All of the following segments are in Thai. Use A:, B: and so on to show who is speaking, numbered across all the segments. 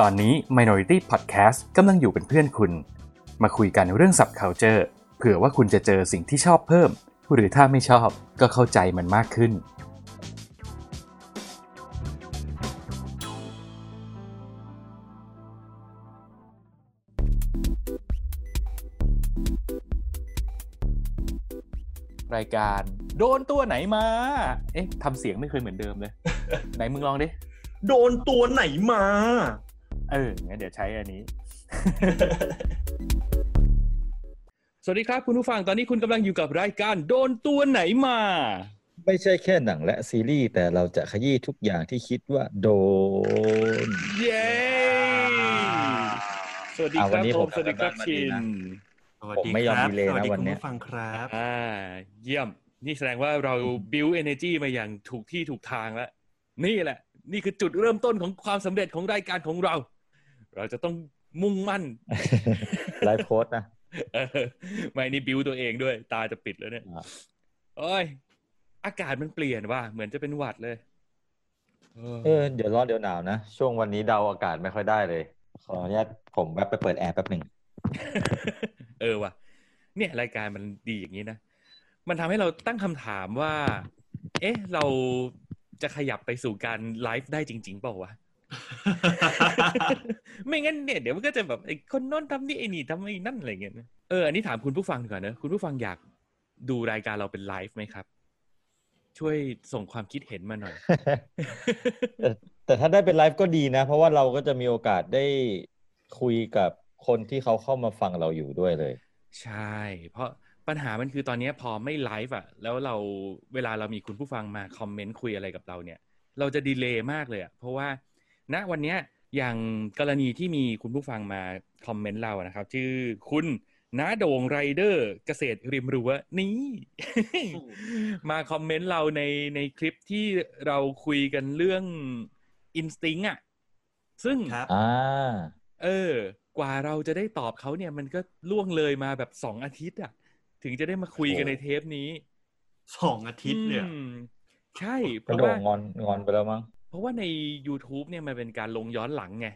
A: ตอนนี้ Minority Podcast กำลังอยู่เป็นเพื่อนคุณ มาคุยกันเรื่องสับ culture เผื่อว่าคุณจะเจอสิ่งที่ชอบเพิ่ม หรือถ้าไม่ชอบก็เข้าใจมันมากขึ้น รายการโดนตัวไหนมา เอ๊ะทำเสียงไม่เคยเหมือนเดิมเลย ไหนมึงลองดิ
B: โดนตัวไหนมา
A: เอองั้นเดี๋ยวใช้อันนี้
B: สวัสดีครับคุณผู้ฟังตอนนี้คุณกำลังอยู่กับรายการโดนตัวไหนมา
C: ไม่ใช่แค่หนังและซีรีส์แต่เราจะขยี้ทุกอย่างที่คิดว่าโดน
B: เย้สวัสดีค
C: อ่ะวัน
B: รับ
C: นี้
B: ผ
C: ผม ม
B: สวัสดีครับ
C: กลับบ้านมาดี
B: ชิน
C: นะ
D: สวัส
C: ผม
D: ดี
C: ไม่ยอม
D: ครับ
C: ดีเลย
D: สวัสดี
C: นะวัน
D: คุณ
C: เนี้ย
D: ผู้ฟังครับ
B: อ่าเยี่ยม นี่แสดงว่าเรา build energy มาอย่างถูกที่ถูกทางแล้ว นี่แหละ นี่คือจุดเริ่มต้นของความสำเร็จของรายการของเรา เราจะต้องมุ่งมั่น
C: ไลฟ์โพสต์นะ
B: เออ ไม่นี่บิวตัวเองด้วย ตาจะปิดแล้วเนี่ย
C: อ่ะ
B: โอ้ย อากาศมันเปลี่ยนว่ะเหมือนจะเป็นหวัดเลย เออ
C: เออเดี๋ยวร้อนเดี๋ยวหนาวนะ ช่วงวันนี้เดาอากาศไม่ค่อยได้เลย ขออนุญาตผมแวบไปเปิดแอร์แป๊บหนึ่ง
B: เออว่ะเนี่ยรายการมันดีอย่างนี้นะ มันทำให้เราตั้งคำถามว่า เอ๊ะ เราจะขยับไปสู่การไลฟ์ได้จริง ๆ เปล่าวะ ไม่งั้นเนี่ยเดี๋ยวมันก็จะแบบไอ้คนโน้นทำนี่ไอ้นี่ทำไอ้นั่นอะไรเงี้ยนะเอออันนี้ถามคุณผู้ฟังดีกว่อนนะคุณผู้ฟังอยากดูรายการเราเป็นไลฟ์ไหมครับ ช่วยส่งความคิดเห็นมาหน่อย
C: แต่แต่ถ้าได้เป็นไลฟ์ก็ดีนะ เพราะว่าเราก็จะมีโอกาสได้คุยกับคนที่เขาเข้ามาฟังเราอยู่ด้วยเลย
B: ใช่ เพราะปัญหามันคือตอนเนี้ยพอไม่ไลฟ์อ่ะ แล้วเราเวลาเรามีคุณผู้ฟังมาคอมเมนต์คุยอะไรกับเราเนี่ย เราจะดีเลย์มากเลยอ่ะ เพราะว่าณวันเนี้ยอย่างกรณีที่มีคุณผู้ฟังมาคอมเมนต์เราอะนะครับ ชื่อคุณน้าโด่งไรเดอร์เกษตรริมรั้วนี่ มาคอมเมนต์เราในในคลิปที่เราคุยกันเรื่องอินสติ้งอ่ะ ซึ่ง
D: ครับ
C: อ่า
B: เออ กว่าเราจะได้ตอบเขาเนี่ย มันก็ล่วงเลยมาแบบสองอาทิตย์อะถึงจะได้มาคุยกัน
C: โอ้
B: ในเทปนี้
D: สองอาทิตย์เนี่ย
B: อืมใช่ เพ
C: กระ
B: ราะ
C: โด
B: ว่า
C: งงอนงอนไปแล้วมั้ง
B: เพราะว่าใน YouTube เนี่ยมันเป็นการลงย้อนหลังไง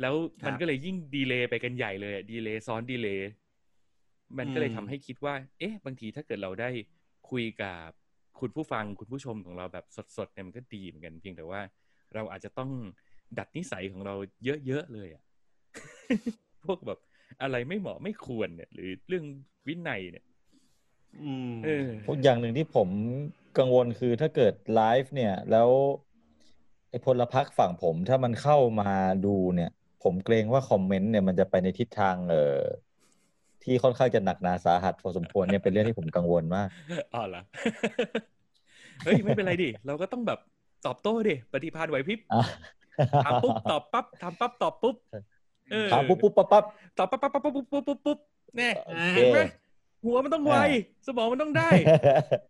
B: แล้วมัน
D: ครับ
B: ก็เลยยิ่งดีเลย์ไปกันใหญ่เลยอะดีเลย์ซ้อนดีเลย์มันก็เลย
D: อืม
B: ทำให้คิดว่า เอ๊ะ บางทีถ้าเกิดเราได้คุยกับคุณผู้ฟังคุณผู้ชมของเราแบบสดๆเนี่ยมันก็ดีเหมือนกันเพียงแต่ว่า เราอาจจะต้องดัดนิสัยของเราเยอะๆเลยอะ พวกแบบอะไรไม่เหมาะไม่ควรเนี่ย หรือเรื่องวินัยเนี่ย
D: อืม
B: เออ
C: อย่างหนึ่งที่ผมกังวลคือถ้าเกิดไลฟ์เนี่ย แล้วไอ้พลพรรคฝั่งผมถ้ามันเข้ามาดูเนี่ย ผมเกรงว่าคอมเมนต์เนี่ยมันจะไปในทิศทางเอ่อที่ค่อนข้างจะหนักหนาสาหัสพอสมควรเนี่ยเป็นเรื่องที่ผมกังวลมาก
B: อ๋อเหรอ เฮ้ย ไม่เป็นไรดิ เราก็ต้องแบบตอบโต้ดิ ปฏิภาณไหวพริบ
C: อ่ะ
B: ถามปุ๊บตอบปั๊บถามปั๊บตอบปุ๊บเออ
C: ถามปุ๊บปุ๊บปั๊บปั๊บ
B: ตอบปั๊บปั๊บปั๊บปุ๊บปุ๊บปุ๊บปุ๊บแน่
C: โอเค
B: เห็นไหมหัวมันต้องไว สมองมันต้องได้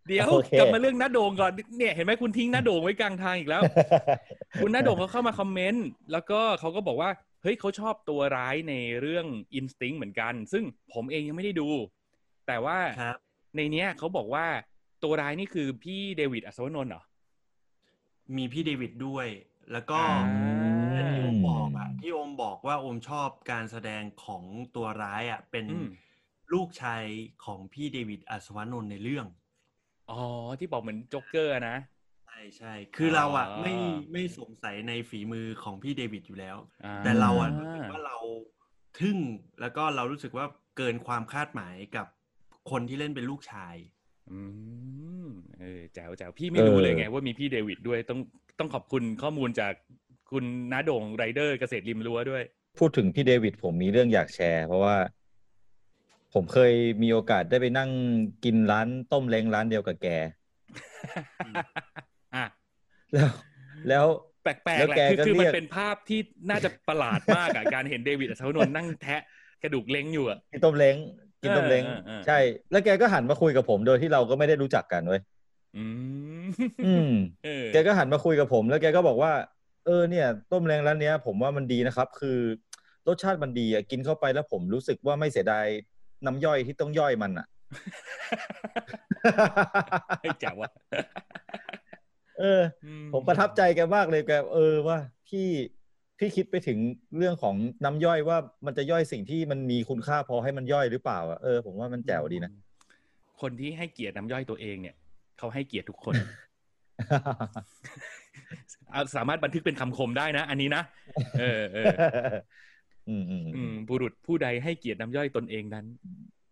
B: เดี๋ยว
C: โอเค
B: กลับมาเรื่องน้าโด่งก่อนเนี่ยเห็นไหมคุณทิ้งน้าโด่งไว้กลางทางอีกแล้ว คุณน้าโด่งเขาเข้ามาคอมเมนต์แล้วก็เขาก็บอกว่า เฮ้ยเขาชอบตัวร้ายในเรื่อง Instinct เหมือนกัน ซึ่งผมเองยังไม่ได้ดู แต่ว่า
D: ครับ
B: ในเนี้ยเขาบอกว่าตัวร้ายนี่คือพี่เดวิดอัศวนนท์เหรอ
D: มีพี่เดวิดด้วย แล้วก็
B: อ่า
D: อันที่โอมบอกอะที่โอมบอกว่าโอมชอบการแสดงของตัวร้ายอะเป็น
B: อืม
D: ลูกชายของพี่เดวิดอัศวนนท์ในเรื่อง
B: อ๋อที่บอกเหมือนโจ็อกเกอร์นะ
D: ใช่ใช่ คือเราอะ
B: อ่า
D: ไม่ไม่สงสัยในฝีมือของพี่เดวิดอยู่แล้ว
B: อ่
D: แต่เราอะรู้สึกว่าเราทึ่งแล้วก็เรารู้สึกว่าเกินความคาดหมายกับคนที่เล่นเป็นลูกชาย
B: อืมเออแจ๋วแจ๋วพี่ไม่รู้
C: เออ
B: เลยไงว่ามีพี่เดวิดด้วยต้องต้องขอบคุณข้อมูลจากคุณน้าโด่งไรเดอร์เกษตรริมรั้วด้วย
C: พูดถึงพี่เดวิดผมมีเรื่องอยากแชร์ เพราะว่า ผมเคยมีโอกาสได้ไปนั่งกินร้านต้มเล้งร้านเดียวกับแก
D: ม
B: อ่ะ
C: แล้ว แล้ว
B: แปลก
C: แล้
B: ๆ
C: ว
B: แหละ
C: แก
B: คือ
C: ก็
B: คือมัน
C: เรียก
B: เป็นภาพที่น่าจะประหลาดมากอะ การเห็นเดวิดอัศวนนท์นั่งแทะกระดูกเล้งอยู่อะ
C: กินต้มเล้งกินต้มเล้ง
B: เออเออเออ
C: ใช่ แล้วแกก็หันมาคุยกับผมโดยที่เราก็ไม่ได้รู้จักกันเว้ย
B: อืม
C: อืม
B: เออ
C: แกก็หันมาคุยกับผมแล้วแกก็บอกว่า เออเนี่ย ต้มแรงร้านเนี้ย ผมว่ามันดีนะครับ คือรสชาติมันดีอะกินเข้าไปแล้วผมรู้สึกว่าไม่เสียดายน้ำย่อยที่ต้องย่อยมัน อะ
B: เฮ้ยแจ๋วอะ
C: เออ ผมประทับใจแกมากเลยแกเออว่าพี่ พี่คิดไปถึงเรื่องของน้ำย่อยว่ามันจะย่อยสิ่งที่มันมีคุณค่าพอให้มันย่อยหรือเปล่าอะเออผมว่ามันแจ๋วดีนะ
B: คนที่ให้เกียรติน้ำย่อยตัวเองเนี่ยเขาให้เกียรติทุกคน เอาสามารถบันทึกเป็นคำคมได้นะ อันนี้นะเออเออ
C: อืมอืม
B: อืมบุรุษผู้ใดให้เกียรติน้ำย่อยตนเองนั้น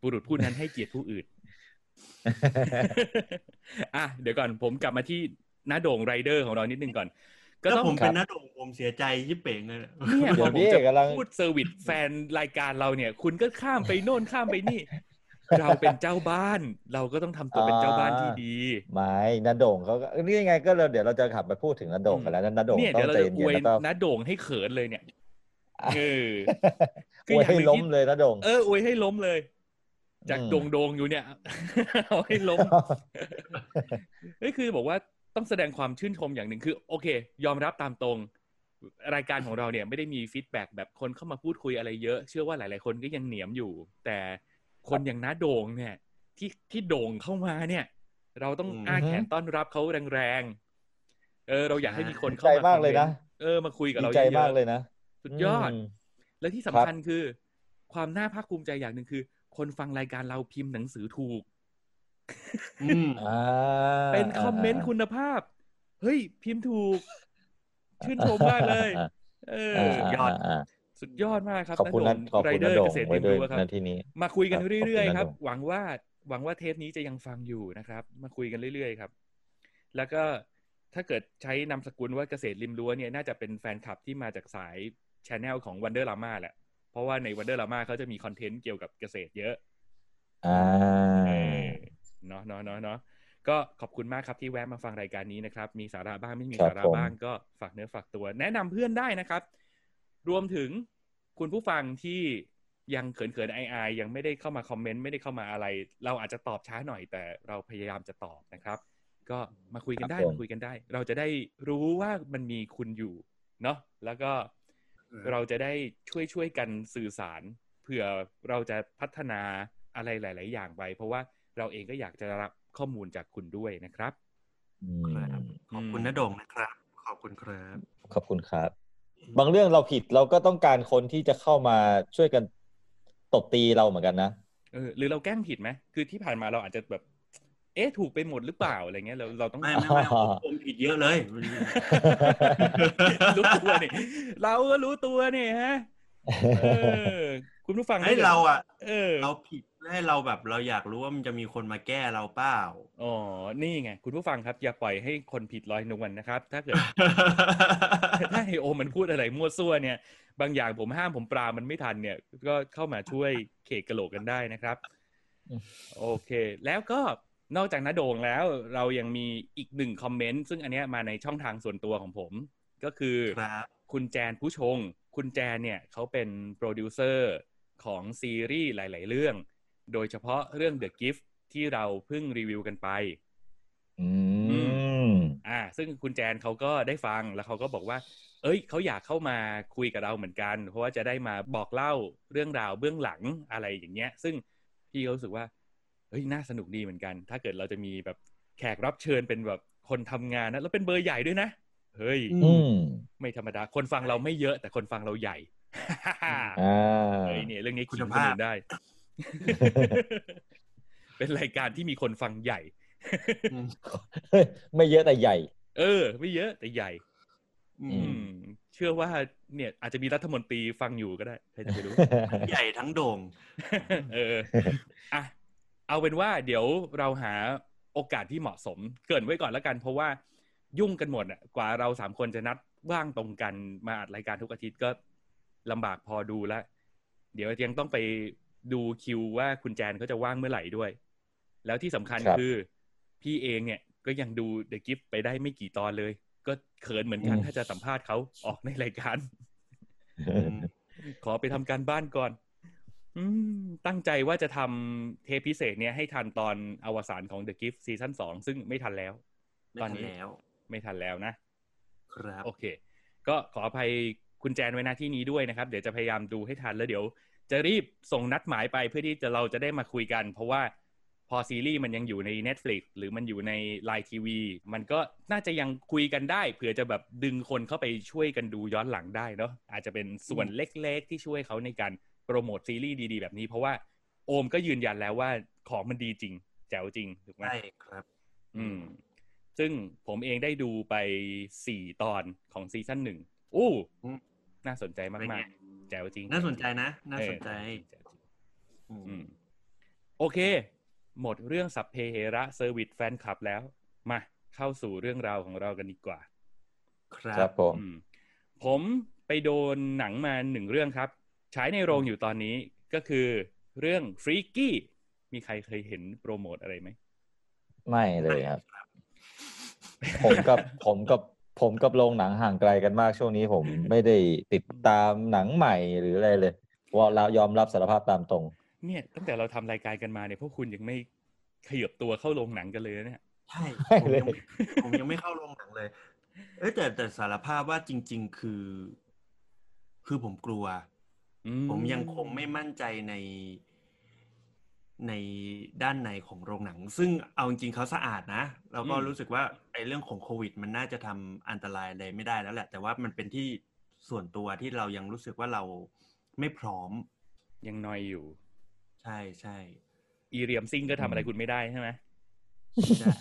B: บุรุษผู้นั้นให้เกียรติผู้ อื่น อ่ะเดี๋ยวก่อนผมกลับมาที่หน้าโด่งไรเดอร์ของเรานิดนึงก่อน ก็
D: ถ้า
B: ต้อง
D: ผมเป็นนักดงผมเสียใจยิบเป่งเลยนะ
B: เนี่ยพ
C: เดี๋
B: อผ
C: ยว
B: ม
C: พี่
B: จะ
C: กำลัง
B: พูดเซอร์วิสแฟนรายการเราเนี่ย คุณก็ข้ามไปโน่นข้ามไปนี่ เราเป็นเจ้าบ้าน เราก็ต้องทำตัวเป็นเจ้าบ้านที่ดี
C: ไม่นาโด่งเขาก็นี่ยังไงก็เราเดี๋ยวเราจะขับไปพูดถึงนาโด่งกันแล้วนะนาโด่ง
B: เนี่ย
C: ต้อ
B: เดี๋ยวเราจะอ
C: งใจเย็
B: ว
C: น
B: ย
C: ๆแล้วก็
B: หน้าโด่งให้เขินเลยเนี่ยเออ
C: อวยให้ล้มเลยนาโด่ง
B: เอออวยให้ล้มเลย จาก
C: อืม
B: โดงโดงๆอยู่เนี่ย เอาให้ล้ม เฮ้ยคือบอกว่าต้องแสดงความชื่นชมอย่างหนึ่งคือ โอเค ยอมรับตามตรง รายการของเราเนี่ยไม่ได้มีฟีดแบ็กแบบคนเข้ามาพูดคุยอะไรเยอะ เชื่อว่าหลาย ๆ คนก็ยังเหนียมอยู่ แต่คนอย่างน้าโด่งเนี่ย ที่ที่โด่งเข้ามาเนี่ย เราต้องอ้าแขนต้อนรับเขาแรงๆเออ เราอยากให้มีคน
C: ดี
B: เข้า
C: ใจ
B: มาค
C: มา
B: อก ม
C: เล
B: เม
C: ย
B: น
C: นะ
B: ต์เออมาคุยกับ
C: ดี
B: เรา
C: ใจ
B: เย
C: มาก
B: อะๆ
C: เลยนะ
B: สุดยอด
C: อืม
B: และที่สำคัญคือ ความน่าภาคภูมิใจอย่างหนึ่งคือ คนฟังรายการเราพิมพ์หนังสือถูก
D: อืม
C: อ่า
B: เป็นคอมเมนต์คุณภาพ เฮ้ย พิมพ์ถู ก ชื่นชมมากเลย เออ
C: า
D: สุดยอด
C: าา
B: สุดยอดมากครับ
C: ขอบคุณนะ
B: าโด่ง
C: ขอบ
B: ไร
C: คุณ
B: เดอ
C: นะ
B: ร์
C: โด่ง
B: เกษตร
C: ไว้
B: เรียน
C: ด้วย
B: รู้ครับ
C: นะที่นี้
B: มาคุยกัน
C: ครับ
B: เรื่อยๆ ค
C: ขอบคุณนะ
B: รับ
C: โด่ง
B: หวังว่าหวังว่าเทปนี้จะยังฟังอยู่นะครับ มาคุยกันเรื่อยๆ ครับ แล้วก็ถ้าเกิดใช้นามสกุลว่าเกษตรริมรั้วเนี่ยน่าจะเป็นแฟนคลับที่มาจากสายชแนลของวันเดอร์ลาม่าแหละ เพราะว่าในวันเดอร์ลาม่าเขาจะมีคอนเทนต์เกี่ยวกับเกษตรเยอะ
C: ่า
B: เออเนาะเนาะเนาะเนาะก็ขอบคุณมากครับที่แวะมาฟังรายการนี้นะครับ มีสาระบ้างไม่มี
C: ครับ
B: สาระ
C: ผม
B: บ้างก็ฝากเนื้อฝากตัว แนะนำเพื่อนได้นะครับ รวมถึงคุณผู้ฟังที่ยังเขินๆไอายๆยังไม่ได้เข้ามาคอมเมนต์ไม่ได้เข้ามาอะไร เราอาจจะตอบช้าหน่อยแต่เราพยายามจะตอบนะครับ ก็มาคุยกันได้
C: ครับผม
B: มาคุยกันได้ เราจะได้รู้ว่ามันมีคุณอยู่เนาะแล้วก็เราจะได้ช่วยช่วยๆกันสื่อสารเผื่อเราจะพัฒนาอะไรหลาย ๆ อย่างไป เพราะว่าเราเองก็อยากจะรับข้อมูลจากคุณด้วยนะครับ
C: อืม
D: ครับ ขอบคุณนะดงนะครับ ขอบคุณครับ
C: ขอบคุณครับ บางเรื่องเราผิดเราก็ต้องการคนที่จะเข้ามาช่วยกันตบตีเราเหมือนกันนะ
B: เออหรือเราแกล้งผิดไหมคือที่ผ่านมาเราอาจจะแบบ เอ๊ะถูกไปหมดหรือเปล่าอะไรเงี้ยเราเราต้อง
D: ไม่ไม่ไม่ผมผมผิดเยอะเลย
B: รู้ตัวนี่เราก็รู้ตัวนี่ฮะเออคุณผู้ฟัง
D: ให้ยเราอ่ะ
B: เออ
D: เราผิดให้เราแบบเราอยากรู้ว่ามันจะมีคนมาแก้เราเปล่า
B: อ๋อนี่ไงคุณผู้ฟังครับอย่าปล่อยให้คนผิดลอยนวลนะครับ ถ้าเกิด ถ้าเฮโอมันพู ดอะไรมั่วซั่วเนี่ย บางอย่างผมห้ามผมปรามมันไม่ทันเนี่ย ก็เข้ามาช่วยเขกกระโหลกกันได้นะครับ
C: อืม
B: โอเค แล้วก็นอกจากน้าโด่งแล้วเรายังมีอีกหนึ่งคอมเมนต์ซึ่งอันเนี้ยมาในช่องทางส่วนตัวของผม ก็คือ
D: ครับ
B: คุณแจนผู้ชง คุณแจนเนี่ยเขาเป็นโปรดิวเซอร์ของซีรีส์หลาย ๆ เรื่อง โดยเฉพาะเรื่อง The Gift ที่เราเพิ่งรีวิวกันไป
C: อืม
B: อ่าซึ่งคุณแจนเขาก็ได้ฟังแล้วเขาก็บอกว่า เอ้ยเขาอยากเข้ามาคุยกับเราเหมือนกัน เพราะว่าจะได้มาบอกเล่าเรื่องราวเบื้องหลังอะไรอย่างเงี้ย ซึ่งพี่ก็รู้สึกว่าเฮ้ยน่าสนุกดีเหมือนกัน ถ้าเกิดเราจะมีแบบแขกรับเชิญเป็นแบบคนทำงานนะแล้วเป็นเบอร์ใหญ่ด้วยนะเฮ้ย
D: อื
C: อืม
B: ไม่ธรรมดาคนฟังเราไม่เยอะแต่คนฟังเราใหญ่
C: อ่า
B: เฮ้ยเนี่ยเรื่องนี้
D: คุ
B: คิด
D: ณ
B: คน
D: ภาพ
B: อื่นได้ เป็นรายการที่มีคนฟังใหญ่
D: อืม
C: ไม่เยอะแต่ใหญ่
B: เออ ไม่เยอะแต่ใหญ่
D: อื
B: อื
D: ม
B: มเชื่อว่าเนี่ยอาจจะมีรัฐมนตรีฟังอยู่ก็ได้ใครจะไปรู้
D: ใหญ่ทั้งโด่ง
B: เอออ่ะเอาเป็นว่าเดี๋ยวเราหาโอกาสที่เหมาะสม เกรินไว้ก่อนแล้วกัน เพราะว่ายุ่งกันหมดอ่ะกว่าเราสามคนจะนัดว่างตรงกันมาอัดรายการทุกอาทิตย์ก็ลำบากพอดูละเดี๋ยวยังต้องไปดูคิวว่าคุณแจนเขาจะว่างเมื่อไหร่ด้วย แล้วที่สำคัญ
C: ครับ
B: คือ พี่เองเนี่ยก็ยังดู The Gift ไปได้ไม่กี่ตอนเลย ก็เขินเหมือนกันถ้าจะสัมภาษณ์เขาออกในรายการ ขอไปทำการบ้านก่อน อืม ตั้งใจว่าจะทำเทปพิเศษเนี้ยให้ทันตอนอวสานของ The Gift ซีซั่นสองซึ่งไม่ทันแล้ว
D: ไม่
B: ตอน
D: ทัน
B: นี้
D: แล้ว
B: ไม่ทันแล้วนะ
D: ครับ
B: โอเค ก็ขออภัยคุณแจนไว้หน้าที่นี้ด้วยนะครับ เดี๋ยวจะพยายามดูให้ทันแล้วเดี๋ยว จะรีบส่งนัดหมายไปเพื่อที่จะเราจะได้มาคุยกัน เพราะว่า พอซีรีส์มันยังอยู่ใน Netflix หรือมันอยู่ใน Line TV มันก็น่าจะยังคุยกันได้เผื่อจะแบบดึงคนเข้าไปช่วยกันดูย้อนหลังได้เนาะอาจจะเป็นส่วนเล็กๆ ที่ช่วยเขาในการโปรโมทซีรีส์ดีๆ แบบนี้ เพราะว่าโอมก็ยืนยันแล้วว่าของมันดีจริง แจ๋วจริงถูกไหม
D: ใช่ครับ
B: อืม ซึ่งผมเองได้ดูไปสี่ตอนของซีซั่นหนึ่งอู้
D: อืม
B: น่าสนใจ
D: เป็น
B: มาก
D: ไง
B: ๆ แจ๋วจริง
D: น่าสนใจนะ น่า
B: เออ
D: สนใจ
B: แจ๋วจริงอืม โอเค หมดเรื่องสัพเพเหระเซอร์วิสแฟนคลับแล้ว มาเข้าสู่เรื่องราวของเรากันดีกว่า
D: ครั
C: ครับ บผม
B: อืมผมไปโดนหนังมาหนึ่งเรื่องครับ ฉายในโรงอยู่ตอนนี้ก็คือเรื่องฟรีกี้มีใครเคยเห็นโปรโมทอะไรไหม
C: ไม่เลยครับ ผมกับผมกับผมกับโรงหนังห่างไกลกันมากช่วงนี้ผมไม่ได้ติดตามหนังใหม่หรืออะไรเลยว่าเรายอมรับสารภาพตามตรง
B: เนี่ยตั้งแต่เราทำรายการกันมาเนี่ยพวกคุณยังไม่ขยับตัวเข้าโรงหนังกันเลยนะเนี่ย
D: ใช่
C: ใช่เลย
D: ผมยังผมยังไม่ เข้าโรงหนังเลย เอ้ยแต่แต่สารภาพว่าจริง ๆ คือ คือผมกลัว
B: อื
D: ผมยังคงไม่มั่นใจในในด้านในของโรงหนัง ซึ่งเอาจริงๆเขาสะอาดนะ แล้วก็รู้สึกว่าไอ้เรื่องของโควิด มันน่าจะทำอันตรายอะไรไม่ได้แล้วแหละ แต่ว่ามันเป็นที่ส่วนตัวที่เรายังรู้สึกว่าเราไม่พร้อม
B: ยังนอยอยู่
D: ใช่ใช่
B: อีเรียมซิงก็ทำอะไรคุณไม่ได้ใช่ไหม
D: ใช่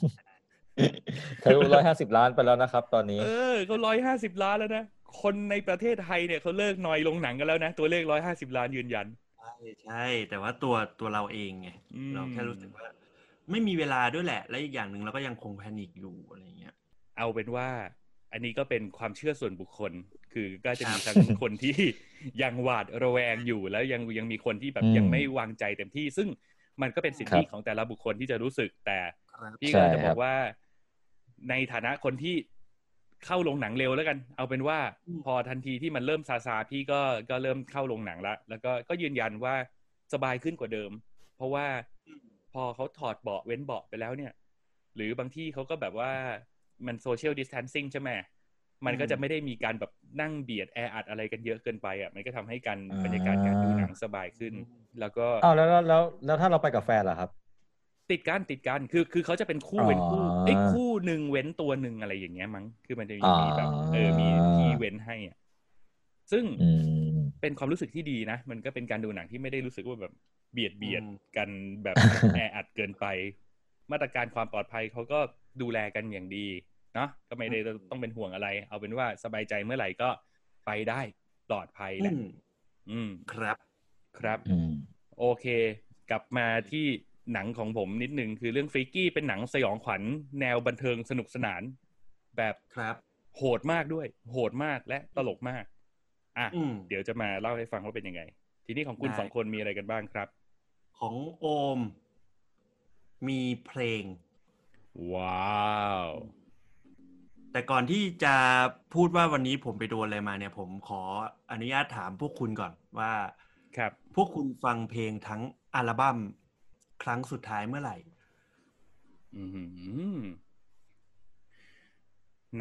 C: ทะลุร้อยห้าสิบล้านไปแล้วนะครับ ตอนนี้
B: เออเขาร้อยห้าสิบล้านแล้วนะ คนในประเทศไทยเนี่ยเขาเลิกนอยลงหนังกันแล้วนะ ตัวเลขร้อยห้าสิบล้านยืนยัน
D: ใช่ใช่ แต่ว่าตัวตัวเราเองไง
B: อืม
D: เราแค่รู้สึกว่า ไม่มีเวลาด้วยแหละ และอีกอย่างหนึ่งเราก็ยังคงแพนิคอยู่อะไรอย่างเงี้ย
B: เอาเป็นว่า อันนี้ก็เป็นความเชื่อส่วนบุคคล คือก็จะมี
D: ครับ
B: ทั้งคนที่ ยังหวาดระแวงอยู่แล้วยังยังมีคนที่แบบยังไม่วางใจเต็มที่ ซึ่งมันก็เป็นสิทธิของแต่ละบุคคลที่จะรู้สึกแต่
D: ครับ
B: พี่ก็จะบอกว่าในฐานะคนที่เข้าโรงหนังเร็วแล้วกัน เอาเป็นว่า
D: อืม
B: พอทันทีที่มันเริ่มซาซาพี่ก็ก็เริ่มเข้าโรงหนังละแล้วก็ก็ยืนยันว่าสบายขึ้นกว่าเดิม เพราะว่าพอเขาถอดเบาะเว้นเบาะไปแล้วเนี่ย หรือบางที่เขาก็แบบว่ามันโซเชียลดิส a ทนซิ่งใช่ไหมมันก็จะไม่ได้มีการแบบนั่งเบียดแออัดอะไรกันเยอะเกินไปอ่ะมันก็ทำให้การบรรยากาศการดูหนังสบายขึ้น แล้วก็
C: อ้าวแล้วแล้วแล้วแล้วถ้าเราไปกับแฟนล่ะครับ
B: ติดกันติดกันคือคือเขาจะเป็นคู่
C: อ๋อ
B: เว้นคู่ไอ้ยคู่หนึ่งเว้นตัวหนึ่งอะไรอย่างเงี้ยมั้งคือมันจะมี
C: อ๋อ
B: มีแบบเออมีที่เว้นให้อ่ะซึ่ง
C: อืม
B: เป็นความรู้สึกที่ดีนะมันก็เป็นการดูหนังที่ไม่ได้รู้สึกว่าแบบเบียดเบียด
D: อืม
B: กันแบบ แออัดเกินไป มาตรการความปลอดภัยเขาก็ดูแลกันอย่างดีเนาะก็ไม่ได้ต้องเป็นห่วงอะไร เอาเป็นว่าสบายใจเมื่อไหร่ก็ไปได้ปลอดภัยแหละ
D: อืม
B: อืม
D: ครับ
B: ครับ
C: อืม
B: โอเค กลับมาที่หนังของผมนิดนึง คือเรื่องฟรีกี้เป็นหนังสยองขวัญแนวบันเทิงสนุกสนาน แบบ
D: ครับ
B: โหดมากด้วย โหดมากและตลกมาก อ่ะ
D: อืม
B: เดี๋ยวจะมาเล่าให้ฟังว่าเป็นยังไง ทีนี้ของคุณ
D: ได้
B: สองคนมีอะไรกันบ้างครับ
D: ของโอม มีเพลง
B: ว้าว
D: แต่ก่อนที่จะพูดว่าวันนี้ผมไปโดนอะไรมาเนี่ย ผมขออนุญาตถามพวกคุณก่อนว่า
B: ครับ
D: พวกคุณฟังเพลงทั้งอัลบั้มครั้งสุดท้ายเมื่อไหร่
B: อืม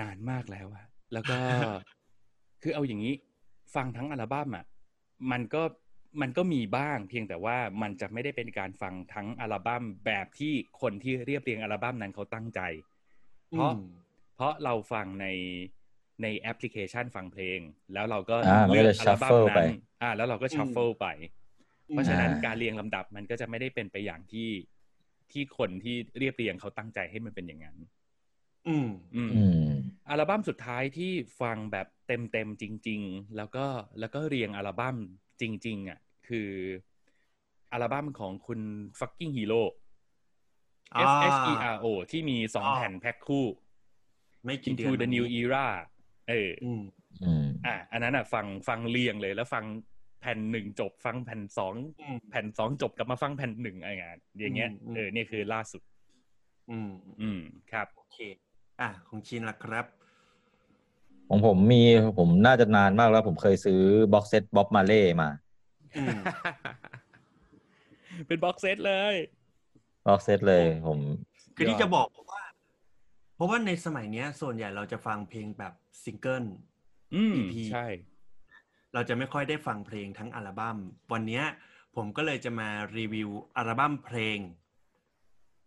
B: นานมากแล้วอะแล้วก็ คือเอาอย่างนี้ ฟังทั้งอัลบั้มอะมันก็มันก็มีบ้าง เพียงแต่ว่ามันจะไม่ได้เป็นการฟังทั้งอัลบั้มแบบที่คนที่เรียบเรียงอัลบั้มนั้นเขาตั้งใจ เพราะ
D: อืม
B: เพราะเราฟังในในแอปพลิเคชันฟังเพลง แล้วเราก็
C: อ่ามันก็จะ
B: เลือกอัลบั้ม
C: shuffle ไป
B: นั้นอ่า แล้วเราก็ชัฟเฟิลไป เพราะฉะนั้น
C: อ่า
B: การเรียงลำดับมันก็จะไม่ได้เป็นไปอย่างที่ที่คนที่เรียบเรียงเขาตั้งใจให้มันเป็นอย่างนั้น
D: อืม
B: อืม
C: อืม
B: อัลบั้มสุดท้ายที่ฟังแบบเต็มเต็มๆจริง ๆ แล้วก็แล้วก็เรียงอัลบั้มจริง ๆอ่ะคืออัลบั้มของคุณ fucking hero
D: อ่า
B: F H E R O ที่มีสอง
D: อ๋อ
B: แผ่นแพ็คคู่
D: ไม่กี่เดือน
B: Into the New Era เออ
D: อืม
C: อืม
B: อ่ะอันนั้นอ่ะฟังฟังเรียงเลย แล้วฟังแผ่นหนึ่งจบ ฟังแผ่นสอง
D: อืม
B: แผ่นสองจบกลับมาฟังแผ่นหนึ่งอะไรอย่างเงี้ยอย่างเงี้ย
D: อืมอืม
B: เออเนี่ยคือล่าสุด
D: อืม
B: อืม ครับ
D: โอเค อ่ะของชินล่ะครับ
C: ของผมมีผมน่าจะนานมากแล้ว ผมเคยซื้อบ็อกเซตบ๊อบมาเล่มา
D: อืม
B: เป็นบ็อกเซตเลย
C: บ็อกเซตเลยผม
D: คือที่จะบอกเพราะว่า เพราะว่าในสมัยเนี้ย ส่วนใหญ่เราจะฟังเพลงแบบซิงเกิล
B: อืม
D: EP
B: ใช่
D: เราจะไม่ค่อยได้ฟังเพลงทั้งอัลบัม้มวันเนี้ยผมก็เลยจะมารีวิวอัลบั้มเพลง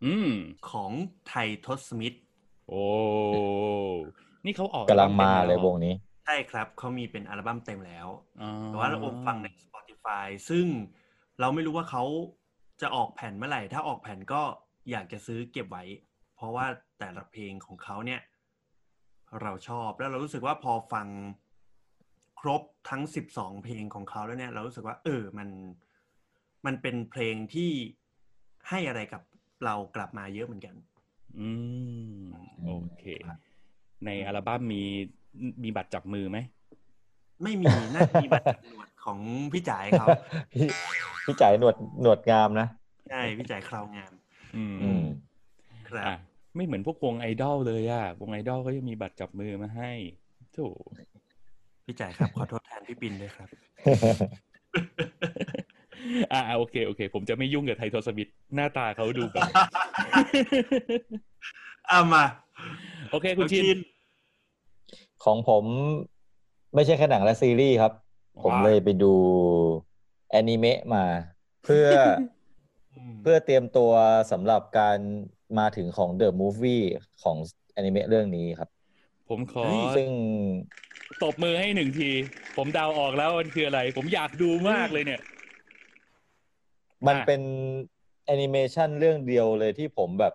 B: อืม
D: ของไททศมิธ
B: โอ้ นี่เขาออก
C: กำลังมา
B: อับั้ต็แว
C: เลยวงนี้
D: ใช่ครับเขามีเป็นอัลบั้มเต็มแล้ว
B: อ๋อ
D: แต่ว่าเราอมฟังใน Spotify ซึ่งเราไม่รู้ว่าเขาจะออกแผ่นเมื่อไหร่ ถ้าออกแผ่นก็อยากจะซื้อเก็บไว้ เพราะว่าแต่ละเพลงของเขาเนี่ย เราชอบแล้วเรารู้สึกว่าพอฟังครบทั้ง 12 เพลงของเขาแล้วเนี่ย เรารู้สึกว่า เออมันมันเป็นเพลงที่ให้อะไรกับเรากลับมาเยอะเหมือนกัน
B: อืม โอเค
D: ครับ
B: ในอัลบั้มมีมีบัตรจับมือไหม
D: ไม่มีน่าจะมีบัตรจำนวนของพี่จ่ายเขา
C: พี่พี่จ่ายหนวดหนวดงามนะ
D: ใช่พี่จ่ายคราวงาม
B: อืม
C: อืม
D: ครับ
B: อ่ะไม่เหมือนพวกวงไอดอลเลยอ่ะ วงไอดอลก็ยังมีบัตรจับมือมาให้โถ
D: พี่จ่ายครับ ขอโทษแทนพี่ปินด้วยครับ
B: อ่าโอเคโอเค ผมจะไม่ยุ่งกับไททอสมิธหน้าตาเขาดูแบบ
D: อามา
B: โอเคคุณชิน
C: ของผมไม่ใช่แค่หนังและซีรีส์ครับ ผม
B: ว้า
C: เลยไปดูแอนิเมะมา เพื่อ เพื่อเตรียมตัวสำหรับการมาถึงของ The Movie ของแอนิเมะเรื่องนี้ครับ
B: ผมขอ
C: ซึ่ง
B: ตบมือให้หนึ่งที ผมเดาออกแล้วมันคืออะไร ผมอยากดูมากเลยเนี่ย
C: มัน
B: อ่ะ
C: เป็นแอนิเมชันเรื่องเดียวเลยที่ผมแบบ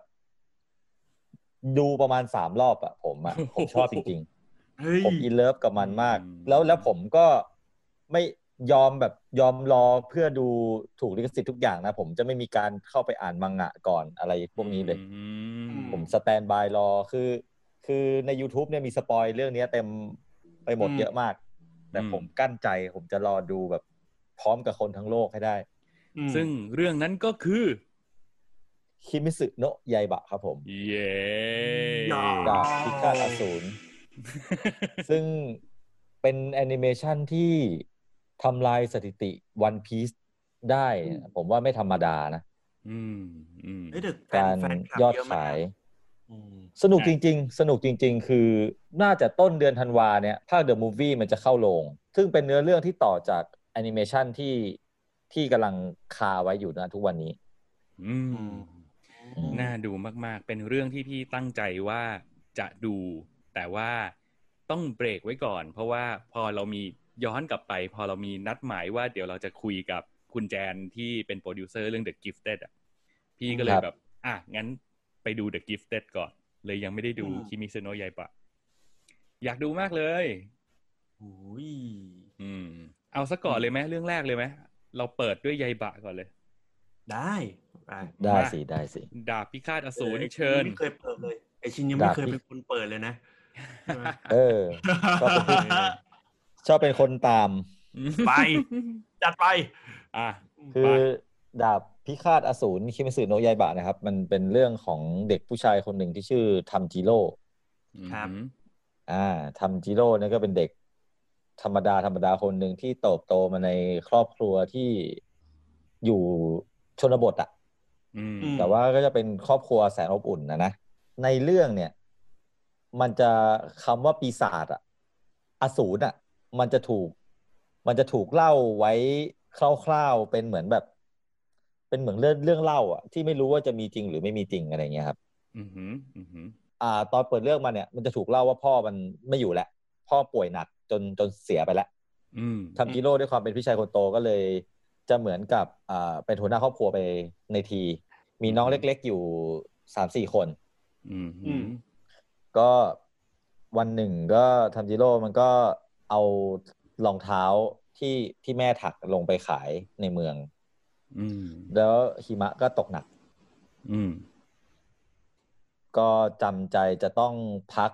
C: ดูประมาณสามรอบอะผมอะผมชอบจริง ๆ
D: เฮ้ย
C: ผมอินเลิฟกับมันมาก
B: อืม
C: แล้วแล้วผมก็ไม่ยอมแบบยอมรอเพื่อดูถูกลิขสิทธิ์ทุกอย่างนะ ผมจะไม่มีการเข้าไปอ่านมังงะก่อนอะไรพวกนี้เลย
B: อื
C: ผมสแตนบายรอคือคือใน YouTube เนี่ยมีสปอยเรื่องเนี้ยเต็มไปหมดเยอะมาก แต่ผมกั้นใจผมจะรอดูแบบพร้อมกับคนทั้งโลกให้ได้
D: อืม
B: ซึ่งเรื่องนั้นก็คือ
C: คิมิสึโนะยายบะครับผม
B: เย้
D: ยอ
C: ดาบพิฆาตอสูร ซึ่งเป็นแอนิเมชันที่ทำลายสถิติวันพี e ได้นะผมว่าไม่ธรรมดานะ
B: อืมอืม
D: เอ้ยแต่แฟน
C: การ
D: แฟนคลับ
C: ยอด
D: เะมก
C: ขาย
D: อืม
C: สนุก
B: อ่ะ
C: จริง ๆ สนุกจริง ๆ คือน่าจะต้นเดือนธันวาเนี่ย ภาคเดอะมูฟวี่มันจะเข้าโรง ซึ่งเป็นเนื้อเรื่องที่ต่อจากแอนิเมชันที่ที่กำลังคาไว้อยู่นะทุกวันนี้
B: อืม น่าดูมาก ๆ เป็นเรื่องที่พี่ตั้งใจว่าจะดู แต่ว่าต้องเบรกไว้ก่อน เพราะว่าพอเรามีย้อนกลับไป พอเรามีนัดหมายว่าเดี๋ยวเราจะคุยกับคุณแจนที่เป็นโปรดิวเซอร์เรื่อง The Gifted อ่ะ พี่ก็เลย
C: ครับ
B: แบบ อ่ะ งั้นไปดู The Gifted ก่อน เลยยังไม่ได้ดูคิมิเซโนะยายปะ อยากดูมากเลย
D: โอ้ย
B: อืม เอาซะก่อนเลยไหมเรื่องแรกเลยไหมเราเปิดด้วยยายบะก่อนเลย
D: ได้ได้
C: ได้
B: มา
C: สิ ได้สิ
B: ดาบพิฆาตอสูร
D: ไอ้
B: เชิญ
D: ไม่เคยเปิดเลยไอชินยังไม่
C: ดาบ
D: เคยเป็นคนเปิดเลยนะ
C: เออ ก็เป็นผู้ ชอบเป็นคนตาม
D: ไป จัดไป
B: อ่ะ
C: คือดาบพิฆาตอสูรคิมิสึโนะยายบะนะครับ มันเป็นเรื่องของเด็กผู้ชายคนหนึ่งที่ชื่อทัมจิโร่
D: ครับ
B: อืม
C: อ่าทัมจิโร่เนี่ยก็เป็นเด็กธรรมดาธรรมดาคนหนึ่งที่โตบโตมาในครอบครัวที่อยู่ชนบทอะ
B: อืม
D: ม
C: แต่ว่าก็จะเป็นครอบครัวแสนอบอุ่นนะนะ ในเรื่องเนี่ย มันจะคำว่าปีศาจอะอสูรอะมันจะถูก มันจะถูกเล่าไว้คร่าวๆเป็นเหมือนแบบ เป็นเหมือนเรื่องเรื่องเล่าอะที่ไม่รู้ว่าจะมีจริงหรือไม่มีจริงอะไรเงี้ยครับ
B: อืมหืมอืมหืม
C: อ่า ตอนเปิดเรื่องมาเนี่ย มันจะถูกเล่าว่าพ่อมันไม่อยู่แล้วพ่อป่วยหนักจนจนเสียไปแล้ว
B: อืม
C: ทำจิโร่ด้วยความเป็นพี่ชายคนโตก็เลยจะเหมือนกับอ่าเป็นหัวหน้าครอบครัวไปในที มีน้องเล็ก ๆ อยู่สามสี่คน
B: อืม
D: อื
B: หืม
D: ม
C: ก็วันหนึ่งก็ทำจิโร่มันก็เอารองเท้าที่ที่แม่ถักลงไปขายในเมือง
B: อืม
C: แล้วหิมะก็ตกหนัก
B: อืม
C: ก็จำใจจะต้องพัก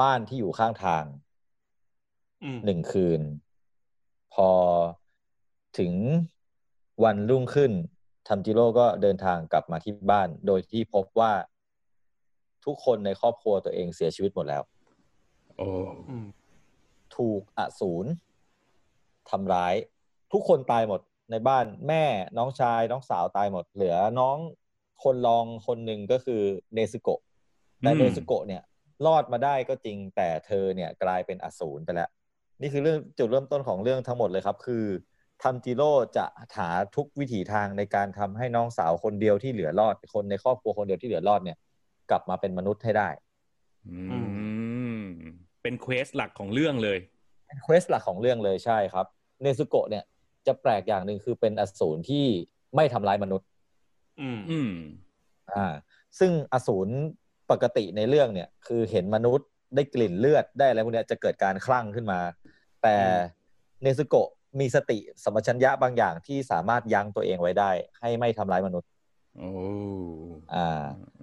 C: บ้านที่อยู่ข้างทาง
D: อืม
C: หนึ่งคืน พอถึงวันรุ่งขึ้นทัมจิโร่ก็เดินทางกลับมาที่บ้าน โดยที่พบว่าทุกคนในครอบครัวตัวเองเสียชีวิตหมดแล้ว
B: โอ้
D: อืม
C: ถูกอสูรทำร้าย ทุกคนตายหมดในบ้านแม่น้องชายน้องสาวตายหมด เหลือน้องคนรองคนหนึ่งก็คือเนซุโกะแต่เนซุโกะเนี่ยรอดมาได้ก็จริง แต่เธอเนี่ยกลายเป็นอสูรไปแล้ว นี่คือเรื่องจุดเริ่มต้นของเรื่องทั้งหมดเลยครับ คือ ทันจิโร่จะหาทุกวิถีทางในการทำให้น้องสาวคนเดียวที่เหลือรอด คนในครอบครัวคนเดียวที่เหลือรอดเนี่ย กลับมาเป็นมนุษย์ให้ได้
B: อืมเป็นเควสหลักของเรื่องเลย
C: เป็นเควสหลักของเรื่องเลยใช่ครับ เนซุโกะเนี่ยจะแปลกอย่างหนึ่งคือเป็นอสูรที่ไม่ทำร้ายมนุษย์
D: อืม
B: อืม
C: อ่า ซึ่งอสูรปกติในเรื่องเนี่ย คือเห็นมนุษย์ได้กลิ่นเลือดได้อะไรพวกเนี้ยจะเกิดการคลั่งขึ้นมา แต่เนซุโกะมีสติสมปชัญญะบางอย่างที่สามารถยั้งตัวเองไว้ได้ ให้ไม่ทำร้ายมนุษย์
B: โอ้
C: อ่า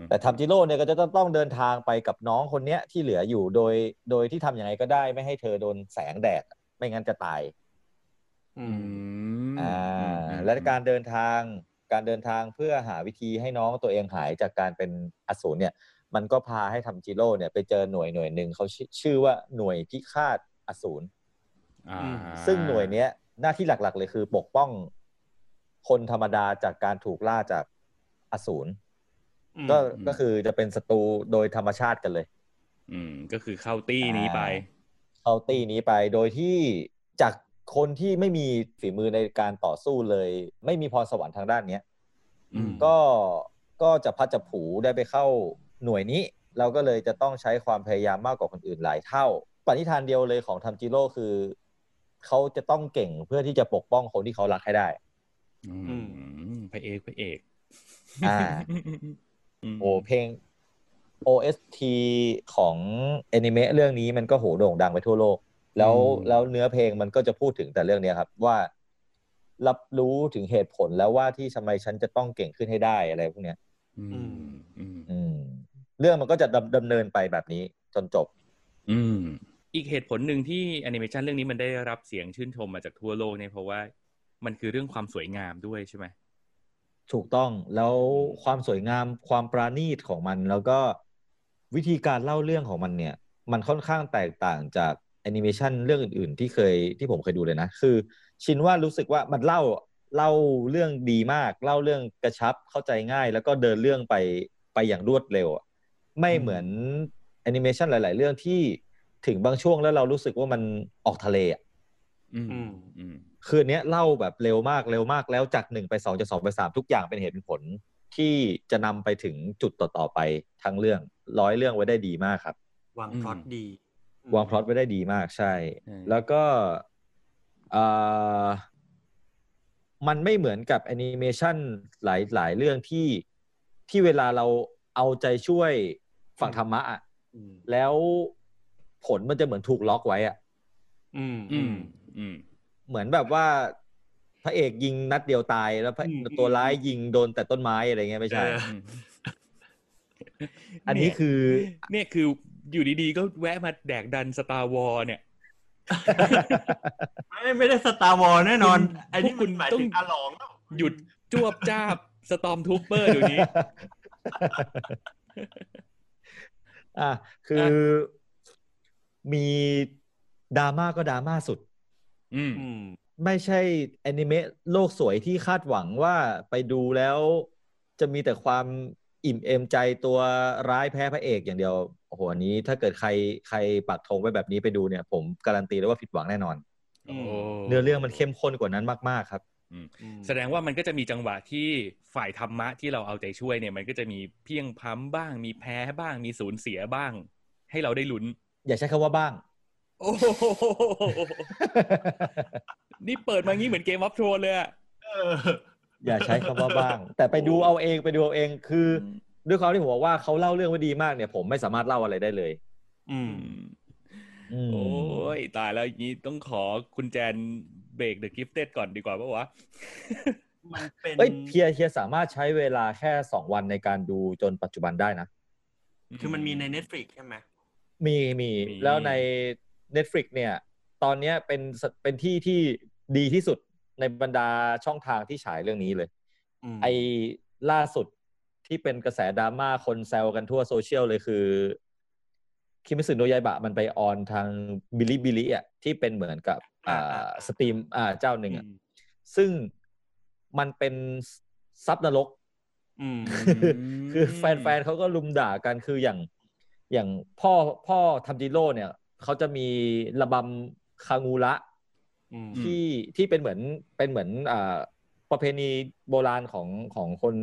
C: แต่ทำจิโร่เนี่ยก็จะต้องเดินทางไปกับน้องคนเนี้ยที่เหลืออยู่โดยโดยที่ทำยังไงก็ได้ไม่ให้เธอโดนแสงแดด ไม่งั้นจะตาย
D: อื
B: อื
D: ม
B: ม
C: อ่
B: อื
C: าม และการเดินทางการเดินทางเพื่อหาวิธีให้น้องตัวเองหายจากการเป็นอสูรเนี่ย มันก็พาให้ทำจิโร่เนี่ยไปเจอหน่วยหน่วยหนึ่งเขาชื่อชื่อว่าหน่วยพิฆาตอสูร
B: อ่า
C: ซึ่งหน่วยเนี้ยหน้าที่หลักๆ เลยคือปกป้องคนธรรมดาจากการถูกล่าจากอสูร
D: อืม
C: ก็ก็คือจะเป็นศัตรูโดยธรรมชาติกันเลย
B: อืม ก็คือเข้าตี้นี้ไป
C: เข้าตีนี้ไปโดยที่จากคนที่ไม่มีฝีมือในการต่อสู้เลย ไม่มีพรสวรรค์ทางด้านเนี้ย
B: อืม
C: ก็ก็จะพลัดจะผลูได้ไปเข้าหน่วยนี้ เราก็เลยจะต้องใช้ความพยายามมากกว่าคนอื่นหลายเท่าปณิธานเดียวเลยของทัมจิโร่คือ เขาจะต้องเก่งเพื่อที่จะปกป้องคนที่เขารักให้ได้
B: อืมพระเอกพระเอก
C: อ่า
B: ม
C: โอ้เพลง OST ของแอนิเมะเรื่องนี้มันก็โหโด่งดังไปทั่วโลก แล้วแล้วเนื้อเพลงมันก็จะพูดถึงแต่เรื่องเนี้ยครับ ว่า รับรู้ถึงเหตุผลแล้วว่าที่ทำไมฉันจะต้องเก่งขึ้นให้ได้อะไรพวกเนี้ย
B: อืมอืม
C: อืม เรื่องมันก็จะดำดำเนินไปแบบนี้จนจบ
B: อืม อีกเหตุผลหนึ่งที่แอนิเมชันเรื่องนี้มันได้รับเสียงชื่นชมมาจากทั่วโลกเนี่ยเพราะว่ามันคือเรื่องความสวยงามด้วยใช่ไหม
C: ถูกต้องแล้วความสวยงามความปราณีตของมัน แล้วก็วิธีการเล่าเรื่องของมันเนี่ย มันค่อนข้างแตกต่างจากแอนิเมชันเรื่องอื่นๆ ที่เคยที่ผมเคยดูเลยนะ คือ ชินว่ารู้สึกว่ามันเล่าเล่าเรื่องดีมาก เล่าเรื่องกระชับเข้าใจง่าย แล้วก็เดินเรื่องไปไปอย่างรวดเร็วอะไม่เหมือนแอนิเมชันหลาย ๆ เรื่องที่ถึงบางช่วงแล้วเรารู้สึกว่ามันออกทะเลอะ
B: อืม อืม
C: คืนเนี้ยเล่าแบบเร็วมากเร็วมากแล้วจากหนึ่งไปสองจากสองไปสามทุกอย่างเป็นเหตุเป็นผลที่จะนำไปถึงจุดต่อๆไปทั้งเรื่องร้อยเรื่องไว้ได้ดีมากครับ
D: วาง
B: อืม
D: พล็อตดี
C: วางพล็อตไว้ได้ดีมากใช่
B: ใช่
C: แล้วก็เอ่อมันไม่เหมือนกับแอนิเมชันหลายหลายเรื่องที่ที่เวลาเราเอาใจช่วยฝั่งธรรมะอะ
D: อืม
C: แล้วผลมันจะเหมือนถูกล็อกไว้อะ
D: อืม
B: อื
D: อื
B: ม
D: ม
B: อืม
C: เหมือนแบบว่า พระเอกยิงนัดเดียวตายแล้วพระ
D: อืม
C: ตัวร้ายยิงโดนแต่ต้นไม้อะไรเงี้ยไม่ใช่
D: เออ
C: อันนี้คือ
B: เนี่ยคืออยู่ดีๆ ก็แวะมาแดกดันสตาร์วอลเนี่ย
D: ไม่ไม่ได้สตาร์วอลแน่นอน
B: คุณ
D: ไอ้นี่
B: คุ
D: คุณ ณหมาย
B: ต้อง
D: ถึงอาหลองแล้ว
B: หยุดจวบจ้าบสตอมทูเปอร์เดี๋ยวนี้
C: อ่ะคืออมีดราม่าก็ดราม่าสุด
B: อืม
D: อืม
C: ไม่ใช่แอนิเมะโลกสวยที่คาดหวังว่าไปดูแล้ว จะมีแต่ความอิ่มเอมใจตัวร้ายแพ้พระเอกอย่างเดียวโอ้โหอันนี้ถ้าเกิดใครใครปักธงไว้แบบนี้ไปดูเนี่ย ผมการันตีเลยว่าผิดหวังแน่นอน
D: อืม
B: โ
C: เนื้อเรื่องมันเข้มข้นกว่านั้นมากๆครับ
D: อืม
B: แสดงว่ามันก็จะมีจังหวะที่ฝ่ายธรรมะที่เราเอาใจช่วยเนี่ย มันก็จะมีเพียงพล้ำบ้าง มีแพ้บ้าง มีสูญเสียบ้าง ให้เราได้ลุ้น
C: อย่าใช้คำว่าบ้าง
B: โอ้โหนี่เปิดมางี้เหมือนเกมวัฟโทนเลยอะ
D: เออ
C: อย่าใช้คำว่าบ้าง แต่ไปดูเอาเองไปดูเอาเองคือ ด้วยความที่ผมบอกว่าเขาเล่าเรื่องไว้ดีมากเนี่ยผมไม่สามารถเล่าอะไรได้เลย
D: อื
B: อื
D: ม
B: ม
C: อืม
B: โอ้ย ตายแล้วอย่างนี้ต้องขอคุณแจนเบรกเดอะกิฟเต็ดก่อนดีกว่าปะวะ
D: มันเป็น
C: เอ้ยเพียร์เพียร์สามารถใช้เวลาแค่ 2 วันในการดูจนปัจจุบันได้นะ
D: คือมันมีใน Netflix ใช่ไหม
C: มีมี
B: มี
C: แล้วใน Netflix เนี่ย ตอนเนี้ยเป็นสเป็นที่ที่ดีที่สุดในบรรดาช่องทางที่ฉายเรื่องนี้เลย
D: ม
C: ไอ้ล่าสุดที่เป็นกระแสดราม่าคนแซวกันทั่วโซเชียลเลยคือ คิมิสึโนยายบะมันไปออนทางบิลิบิลิอ่ะที่เป็นเหมือนกับอ่าสตรีมอ่าเจ้าหนึ่งอ่ะซึ่งมันเป็นซับนรก
D: อืม
C: คือแฟนๆเขาก็ลุมด่ากันคืออย่างอย่างพ่อพ่อทำจิโร่เนี่ยเขาจะมีระบำคางูระ
D: อืม
B: อืม
C: ที่ที่เป็นเหมือนเป็นเหมือนอ่าประเพณีโบราณของของคน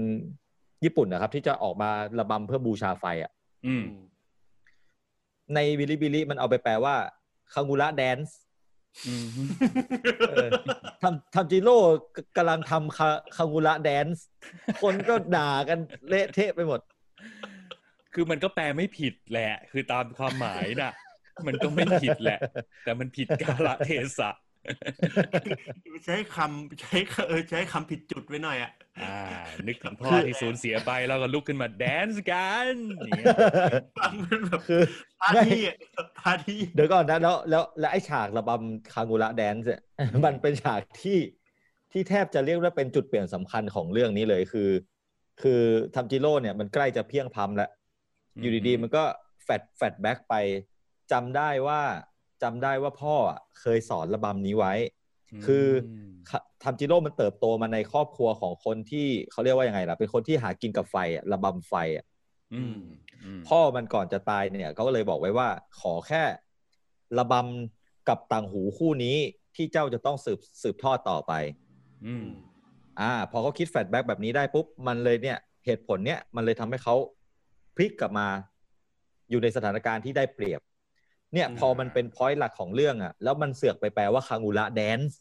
C: ญี่ปุ่นนะครับ ที่จะออกมาระบำเพื่อบูชาไฟอ่ะ
B: อืม
C: ในบิลิบิลิมันเอาไปแปลว่าคางูระแดนซ์
B: อืม
C: เออทำทำจิโร่กกำลังทำคาคางูระแดนซ์คนก็ด่ากันเละเทะไปหมด
B: คือมันก็แปลไม่ผิดแหละ คือตามความหมายน่ะ มันก็ไม่ผิดแหละ แต่มันผิดกาลเทศะ
D: ใช้คำใช้เออใช้คำผิดจุดไว้หน่อยอ่ะ
B: อ่า นึกถึงพ่อที่สูญเสียไปแล้วก็ลุกขึ้นมาแดนซ์กันอย่างเงี้ย
D: ฟังเป็นแบบ
C: คือ
D: พา
C: ไม่
D: ที่อะพาที่
C: เดี๋ยวก่อนนะแล้วแล้วแล้วไอ้ฉากระบำคางูระแดนซ์ เนี่ยมันเป็นฉากที่ที่แทบจะเรียกว่าเป็นจุดเปลี่ยนสำคัญของเรื่องนี้เลยคือ คือทำจิโร่เนี่ยมันใกล้จะเพียงพำแล้ว อยู่ดีๆ มันก็แฟดแฟดแบ็กไปจำได้ว่าจำได้ว่าพ่ออะเคยสอนระบำนี้ไว้ คือ ค่ะทำจิโร่มันเติบโตมาในครอบครัวของคนที่เขาเรียกว่ายังไงล่ะ เป็นคนที่หากินกับไฟอะระบำไฟอะ
B: อืมอืม
C: พ่อมันก่อนจะตายเนี่ยเขาก็เลยบอกไว้ว่า ขอแค่ระบำกับต่างหูคู่นี้ที่เจ้าจะต้องสืบสืบทอดต่อไป
B: อืม
C: อ่าพอเขาคิดแฟลชแบ็กแบบนี้ได้ปุ๊บ มันเลยเนี่ยเหตุผลเนี่ยมันเลยทำให้เขาพลิกกลับมาอยู่ในสถานการณ์ที่ได้เปรียบ เนี่ย
B: อืม
C: พอมันเป็นพอยต์หลักของเรื่องอะแล้วมันเสือกไปแปลว่าคางูระแดนซ์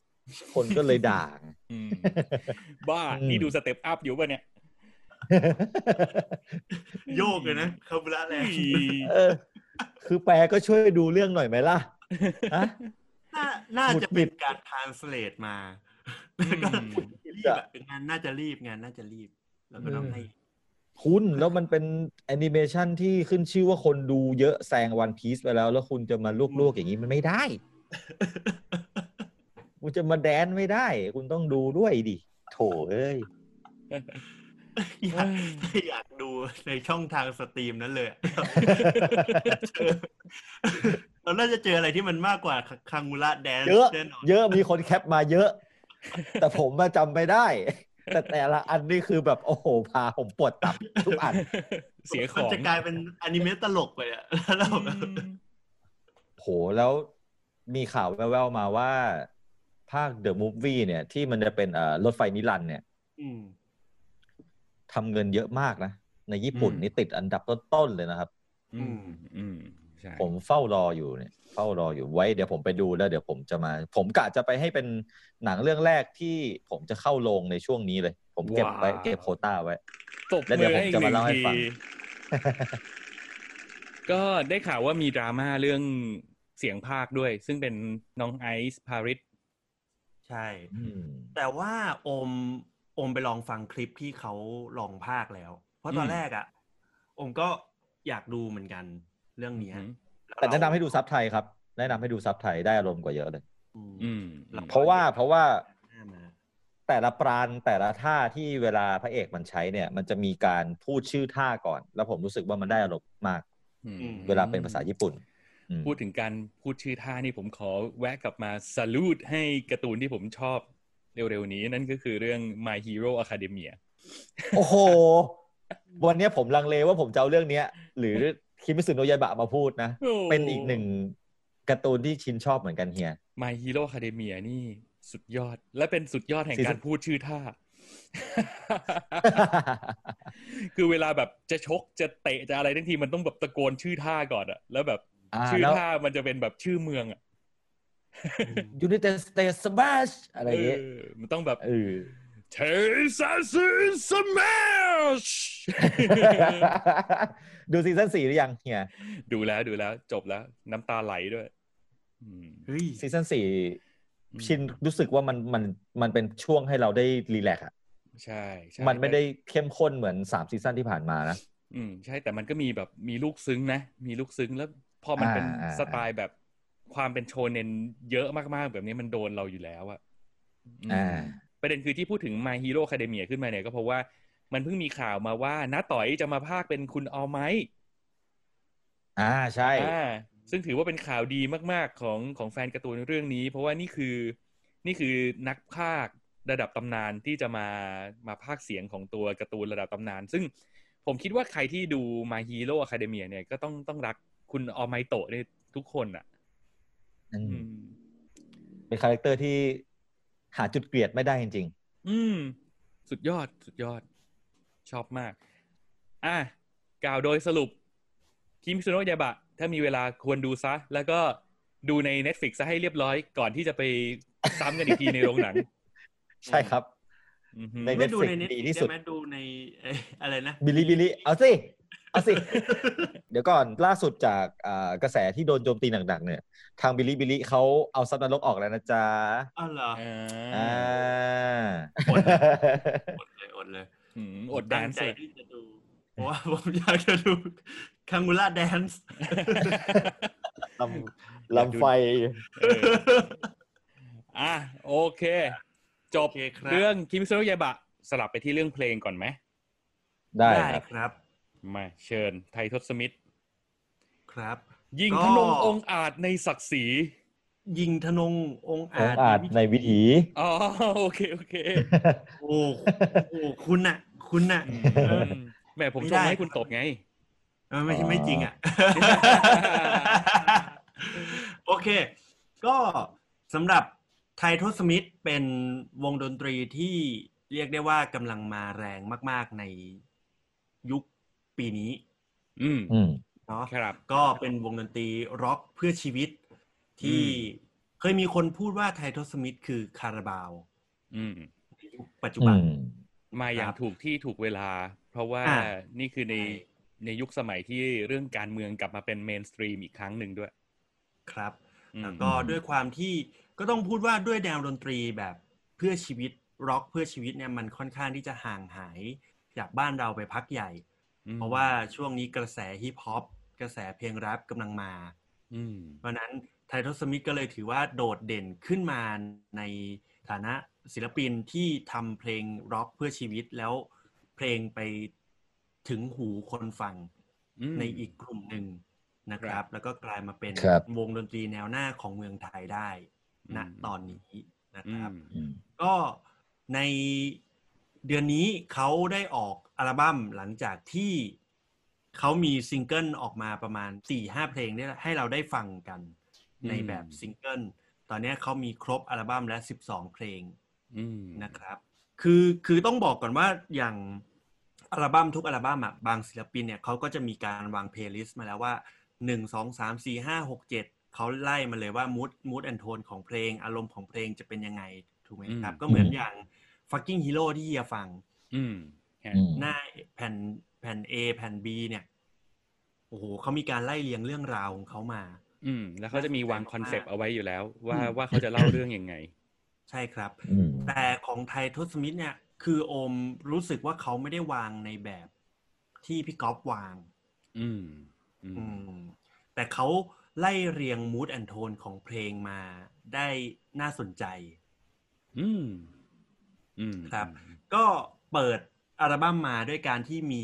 C: คนก็เลย ด่า
B: อืมบ้า
C: อืม
B: นี่ดูสเต็ปอัพอยู่ป่ะเนี่ย
D: โยกเลยนะคาบุระแลนด์
B: อี
C: เออ คือแปลก็ช่วยดูเรื่องหน่อยไหมล่ะฮะ
D: น่าน่า
C: หงุด
D: จะ
C: หงิ
D: เป็น
C: ด
D: การทานสเลตมาแล้วก็รีบอะงานน่าจะรีบงานน่าจะรีบ แล้วก็ต้องให้
C: คุณแล้วมันเป็นแอนิเมชันที่ขึ้นชื่อว่าคนดูเยอะแซงวันพีซไปแล้ว แล้วคุณจะมาลวกๆอย่างนี้มันไม่ได้ คุณจะมาแดนไม่ได้ คุณต้องดูด้วยดิโถเอ้ย
D: อยากอยากดูในช่องทางสตรีมนั้นเลยอะ เราน่าจะเจออะไรที่มันมากกว่าคังมูระแดน
C: เยอะ
D: แน่นอน
C: เยอะมีคนแคปมาเยอะ แต่ผมมาจำไม่ได้ แต่แต่ละอันนี่คือแบบ โอ้โห พาผมปวดตับทุกอัน
B: เสียข
D: มัน
B: อง
D: จะกลายเป็นอนิเมะตลกไปอ่ะแล้วเราแบบ
B: อืม
C: โหแล้วมีข่าวแว่วๆมาว่า ภาคเดอะมูฟวี่เนี่ย ที่มันจะเป็นเอ่อรถไฟนิรันดร์เนี่ย
D: อืม
C: ทำเงินเยอะมากนะ ในญี่ปุ่นนี่ติดอันดับต้นๆเลยนะครับ
B: อืมอืมใช่
C: ผมเฝ้ารออยู่เนี่ยเฝ้ารออยู่ไว้เดี๋ยวผมไปดูแล้วเดี๋ยวผมจะมา ผมกะจะไปให้เป็นหนังเรื่องแรกที่ผมจะเข้าโรงในช่วงนี้เลย ผมเก็บไว้เก็บโควต้าไว้
B: ตบ
C: แล้วเดี๋
B: มื
C: ย
B: อ
C: วผม
B: ให้อีก
C: จะ
B: ห
C: มา
B: นึ่ง
C: เล่าให้
B: ที
C: ฟัง
B: ก็ได้ข่าวว่ามีดราม่าเรื่องเสียงภาคด้วย ซึ่งเป็นน้องไอซ์พาริส
D: ใช่
C: อืม
D: แต่ว่าโอมโอมไปลองฟังคลิปที่เขาลองภาคแล้ว เพราะตอ
B: อื
D: น
B: ม
D: แรกอ่ะโอมก็อยากดูเหมือนกันเรื่องเนี้ยล้ว
C: แต่แนะนำ
D: เรา
C: ให้ดูซับไทยครับแนะนำให้ดูซับไทยได้อารมณ์กว่าเยอะเลย
D: อืม
B: อืม
C: เพราะว่าเพราะว่า
D: หน้ามา
C: แต่ละปราณแต่ละท่าที่เวลาพระเอกมันใช้เนี่ย มันจะมีการพูดชื่อท่าก่อน แล้วผมรู้สึกว่ามันได้อารมณ์มาก
B: อืม
C: เวลาเป็นภาษาญี่ปุ่นอืม
B: พูดถึงการพูดชื่อท่านี่ผมขอแวะกลับมาส l ู t ให้การ์ตูนที่ผมชอบเร็วๆนี้นั่นก็คือเรื่อง My Hero Academia
C: โอ้โห วันเนี้ยผมลังเลว่าผมจะเอาเรื่องเนี้ย หรือคิมิสึโนะยาบะมาพูดนะ
B: โอ้
C: เป็นอีกหนึ่งการ์ตูนที่ชินชอบเหมือนกันเฮีย
B: My Hero Academia นี่สุดยอด และเป็นสุดยอดแห่ง
C: ซีซั่น
B: การพูดชื่อท่า คือเวลาแบบจะชกจะเตะจะอะไรทั้งทีมันต้องแบบตะโกนชื่อท่าก่อนอะแล้วแบบ
C: อ่า
B: ชื่อ
C: แล้ว
B: ท่ามันจะเป็นแบบชื่อเมืองอะ
C: ยูนิเต็ดสเตสบาชอะไรอย่างเงี้ย
B: เออมันต้องแบบ
C: เออ
B: เทซัสสมัช
C: ดูซีซั่นสี่หรือยังเฮีย
B: ดูแล้วดูแล้ว จบแล้ว น้ำตาไหลด้วย อืม
D: เฮ้ย
C: ซีซั่นสี่
B: อืม
C: ชินรู้สึกว่ามันมันมันเป็นช่วงให้เราได้รีแลกซ์อะ
B: ใช่ใช่
C: มันไม่ได้เข้มข้นเหมือนสามซีซั่นที่ผ่านมานะ
B: อืมใช่แต่มันก็มีแบบมีลูกซึ้งนะ มีลูกซึ้งแล้วพอมันเป็น
C: อ่าอ่า
B: สไตล์แบบความเป็นโชเนนเยอะมากๆ แบบนี้มันโดนเราอยู่แล้วอะม
C: อ่า
B: ประเด็นคือที่พูดถึง My Hero Academia ขึ้นมาเนี่ยก็เพราะว่ามันเพิ่งมีข่าวมาว่าน้าต่อยจะมาภาคเป็นคุณออไมท์
C: อ่าใช่
B: อ่าซึ่งถือว่าเป็นข่าวดีมากๆของของแฟนการ์ตูนเรื่องนี้ เพราะว่านี่คือนี่คือนักภาคระดับตำนานที่จะมามาภาคเสียงของตัวการ์ตูนระดับตำนาน ซึ่งผมคิดว่าใครที่ดู My Hero Academia เนี่ยก็ต้องต้องรักคุณออไมโตะเนี่ยทุกคนอ่ะ
C: อื
B: อื
C: ม
B: ม
C: โด เป็นคาแรคเตอร์ที่หาจุดเกลียดไม่ได้จริง
B: อืม สุดยอดสุดยอด ชอบมาก อ่ะ กล่าวโดยสรุป คิม s ุโนะยาบะ ถ้ามีเวลาควรดูซะ แล้วก็ดูใน Netflix ซะให้เรียบร้อยก่อนที่จะไปซ้ำกันอีกทีในโรงหนัง
C: ๆ ใช่ครับ
B: อือฮึ
C: ใน
D: ไม่ดูใน
C: Netflix
D: เน็ต
C: ดีที่สุ
D: ได้
C: ด
D: ไหมดูในเอ้ยอะไรนะ
C: บิลิบิลิเอาสิ เอาสิ เดี๋ยวก่อนล่าสุดจากอ่ากระแสที่โดนโจมตีหนักๆเนี่ย ทางบิลิบิลิเขาเอาซับนรกออกแล้วนะจ๊ะ
D: อ้าวเหรอ
B: อ่
C: อ่า
B: า
D: อดเลยอดเลย
B: อืมอดแดน
D: ตั้ง
B: เซ
D: ใจ
B: อร์
D: ที่จะดู เพราะว่าผมอยากจะดูคัง u ล่าแดน ซ์
C: ลำลำไฟ
B: เอออ่ะ โอเค จบเรื่องคิม s ุโนะยาบะ สลับไปที่เรื่องเพลงก่อนไหม
C: ได้
D: ได้
C: ครับ
D: ครับ
B: มาเชิญไททศสมิธ
D: ครับ
B: ยิงธ
D: ก็
B: นงองค์อาจในศักดิ์ศรี
D: ยิงธนงองค์
C: ของ
D: อา
C: อา
D: จ
C: จในวิถี
B: อ๋อ โอเค โอเค
D: โอ้โหโอ้โหคุณน่ะ คุณน่ะ เอ
B: อ
D: อ
B: ืมแหมผม
D: ไม่
B: ช
D: ได้
B: มให้คุณตบไง
D: เออไม่ใช่
C: อ๋อ
D: ไม่จริงอ่ะ โอเค ก็สำหรับไททอสมิธเป็นวงดนตรีที่เรียกได้ว่ากำลังมาแรงมาก ๆ ในยุคปีนี้
B: อืม
C: อืม
D: เนาะ
B: ครับ
D: ก็เป็นวงดนตรีร็อกเพื่อชีวิต ที่
B: อื
D: เคยมีคนพูดว่าไททอสมิธคือคาราบาว
B: อืม
D: ในยุคปัจจุ
C: อื
D: บัน
C: ม
B: มาอย่าง
D: ครับ
B: ถูกที่ถูกเวลา เพราะว่า
D: อ่า
B: นี่คือใน
D: ใช่
B: ในยุคสมัยที่เรื่องการเมืองกลับมาเป็นเมนสตรีมอีกครั้งหนึ่งด้วย
D: ครับ
B: อืม
D: แล้วก็
C: อืม
D: ด้วยความที่ก็ต้องพูดว่าด้วยแนวดนตรีแบบเพื่อชีวิตร็อกเพื่อชีวิตเนี่ยมันค่อนข้างที่จะห่างหายจากบ้านเราไปพักใหญ่
B: อืม
D: เพราะว่าช่วงนี้กระแสฮิปฮอปกระแสเพลงแรปกำลังมา
B: อืม
D: เพราะฉะนั้นไททอสมิธก็เลยถือว่าโดดเด่นขึ้นมาในฐานะศิลปินที่ทำเพลงร็อกเพื่อชีวิตแล้วเพลงไปถึงหูคนฟัง
B: อืม
D: ในอีกกลุ่มหนึ่งนะค
B: ครั
D: รับ
B: บ
D: แล้วก็กลายมาเป็น
C: ครับ
D: วงดนตรีแนวหน้าของเมืองไทยได้ณตอนนี้นะ
B: อื
D: ครับ
B: ม
C: อืม
D: ก็ในเดือนนี้เขาได้ออกอัลบั้มหลังจากที่เขามีซิงเกิลออกมาประมาณ 4-5 เพลงเนี่ยให้เราได้ฟังกัน ในแบบซิงเกิลตอนเนี้ยเขามีครบอัลบั้มและ 12 เพลง
B: อืม
D: นะครับ คือ คือต้องบอกก่อนว่า อย่างอัลบั้มทุกอัลบั้มอ่ะ บางศิลปินเนี่ยเขาก็จะมีการวางเพลย์ลิสต์มาแล้วว่าหนึ่งสองสามสี่ห้าหกเจ็ดเขาไล่มาเลยว่ามูดมูดแอนโทนของเพลง อารมณ์ของเพลงจะเป็นยังไง ถูกไหมครับ ก็เหมือนอย่าง fucking hero ที่เฮียฟัง
B: อืมฮะ
C: อืม
D: หน้าแผ่นแผ่น A แผ่น B เนี่ย โอ้โหเขามีการไล่เรียงเรื่องราวของเขามา
B: อืม แล้วเขาจะมีวางคอนเซปต์เอาไว้อยู่แล้ว ว่า
D: อืม
B: ว่าเขาจะเล่าเรื่องยังไง
D: ใช่ครับ
C: อืม
D: แต่ของไททอสมิธเนี่ย คือโอมรู้สึกว่าเขาไม่ได้วางในแบบที่พี่ก๊อฟวาง
B: อืม อื
D: อื
B: ม
D: ม แต่เขาไล่เรียงมูดแอนโทนของเพลงมาได้น่าสนใจ
B: อืม อืม
D: ครับ ก็เปิดอัลบั้มมาด้วยการที่มี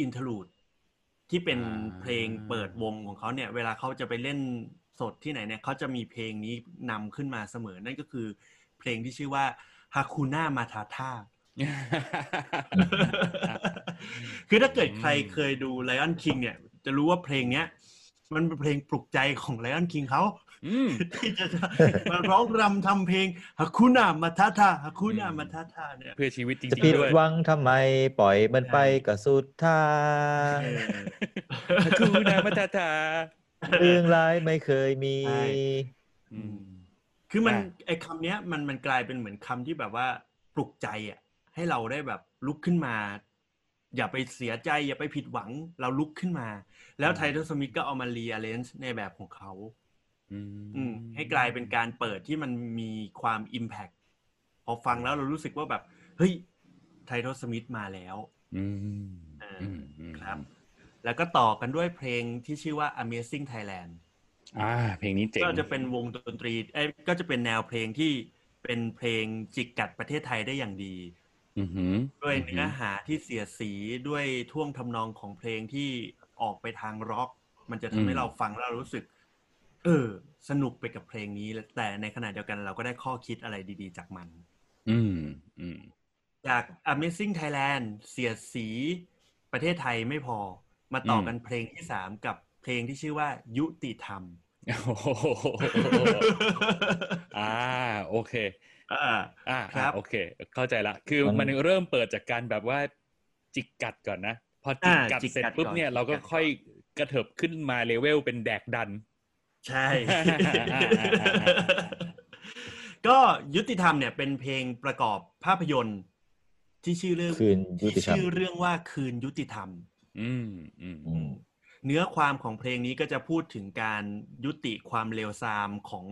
D: อินทลูดที่เป็นเพลงเปิดวงของเขาเนี่ย เวลาเขาจะไปเล่นสดที่ไหนเนี่ยเขาจะมีเพลงนี้นำขึ้นมาเสมอ นั่นก็คือเพลงที่ชื่อว่า Hakuna Matata คือถ้าเกิดใครเคยดู Lion King เนี่ย จะรู้ว่าเพลงเนี้ย มันเป็นเพลงปลุกใจของ Lion King เขา
B: อืม
D: ที่จะมาร้องรำทำเพลงฮักคูนามาทาทาฮักคูนา
B: อืม
D: มาทาทาเนี่ย
B: เพื่อชีวิตจริ
C: จะ
B: ง
C: ผิด
B: ๆด้วย
C: หวังทำไมปล่อยมันไปก็สุดทาง
B: ทูนามาตาตา
C: เรื่องร้ายไม่เคยมี
D: ใช่
B: อืม
D: คือมัน
B: อ่ะ
D: ไอ้คำเนี้ยมันมันกลายเป็นเหมือนคำที่แบบว่าปลุกใจอ่ะให้เราได้แบบลุกขึ้นมา อย่าไปเสียใจ อย่าไปผิดหวังเราลุกขึ้นมา แล้วไททอสมิธก็เอามาเรียเลนส์ในแบบของเขา อืมให้กลายเป็นการเปิดที่มันมีความ Impact พอฟังแล้วเรารู้สึกว่าแบบ เฮ้ยไททอสมิธมาแล้ว
B: อืม
D: อ่า
B: อืมอืม
D: ครับ แล้วก็ต่อกันด้วยเพลงที่ชื่อว่า Amazing Thailand
B: อ่า เพลงนี้เจ๋ง
D: ก็จะเป็นวงดนตรีเอ้ยก็จะเป็นแนวเพลงที่เป็นเพลงจิกกัดประเทศไทยได้อย่างดี
B: อือหือ
D: ด้วยเนื้อหาที่เสียดสีด้วยท่วงทำนองของเพลงที่ออกไปทางร็อก มันจะทำให้เราฟังแล้วรู้สึก เออ สนุกไปกับเพลงนี้ แต่ในขณะเดียวกันเราก็ได้ข้อคิดอะไรดีๆ จากมัน
B: อืมอืม
D: จาก Amazing Thailand เสียดสีประเทศไทยไม่พอ มาต่อกันเพลงที่สามกับเพลงที่ชื่อว่ายุติธรรม
B: โอ้โหอ่าโอเค
D: อ่า
B: อ่า
D: ครั
B: อ่า
D: บ
B: โอเค เข้าใจละ คือ
C: มัน
B: มันเริ่มเปิดจากการแบบว่าจิกกัดก่อนนะ พอจิกกัด
D: อ่าจิกกัด
B: เสร็จปุ๊บ
D: ก่อน
B: เนี่ย
D: จิกกัด
B: เราก็ค่อยกระเถิบขึ้นมาเลเวลเป็นแดกดัน
D: ใช่
B: อ่าอ่าอ่าอ่าอ่า
D: ก็ยุติธรรมเนี่ยเป็นเพลงประกอบภาพยนตร์ที่ชื่อเรื่อง
C: คืนยุติ
D: ที่
C: ธรรม
D: ชื่อเรื่องว่าคืนยุติธรรม
B: อืมอืม
C: อืม
D: เนื้อความของเพลงนี้ก็จะพูดถึงการยุติความเลวทรามของ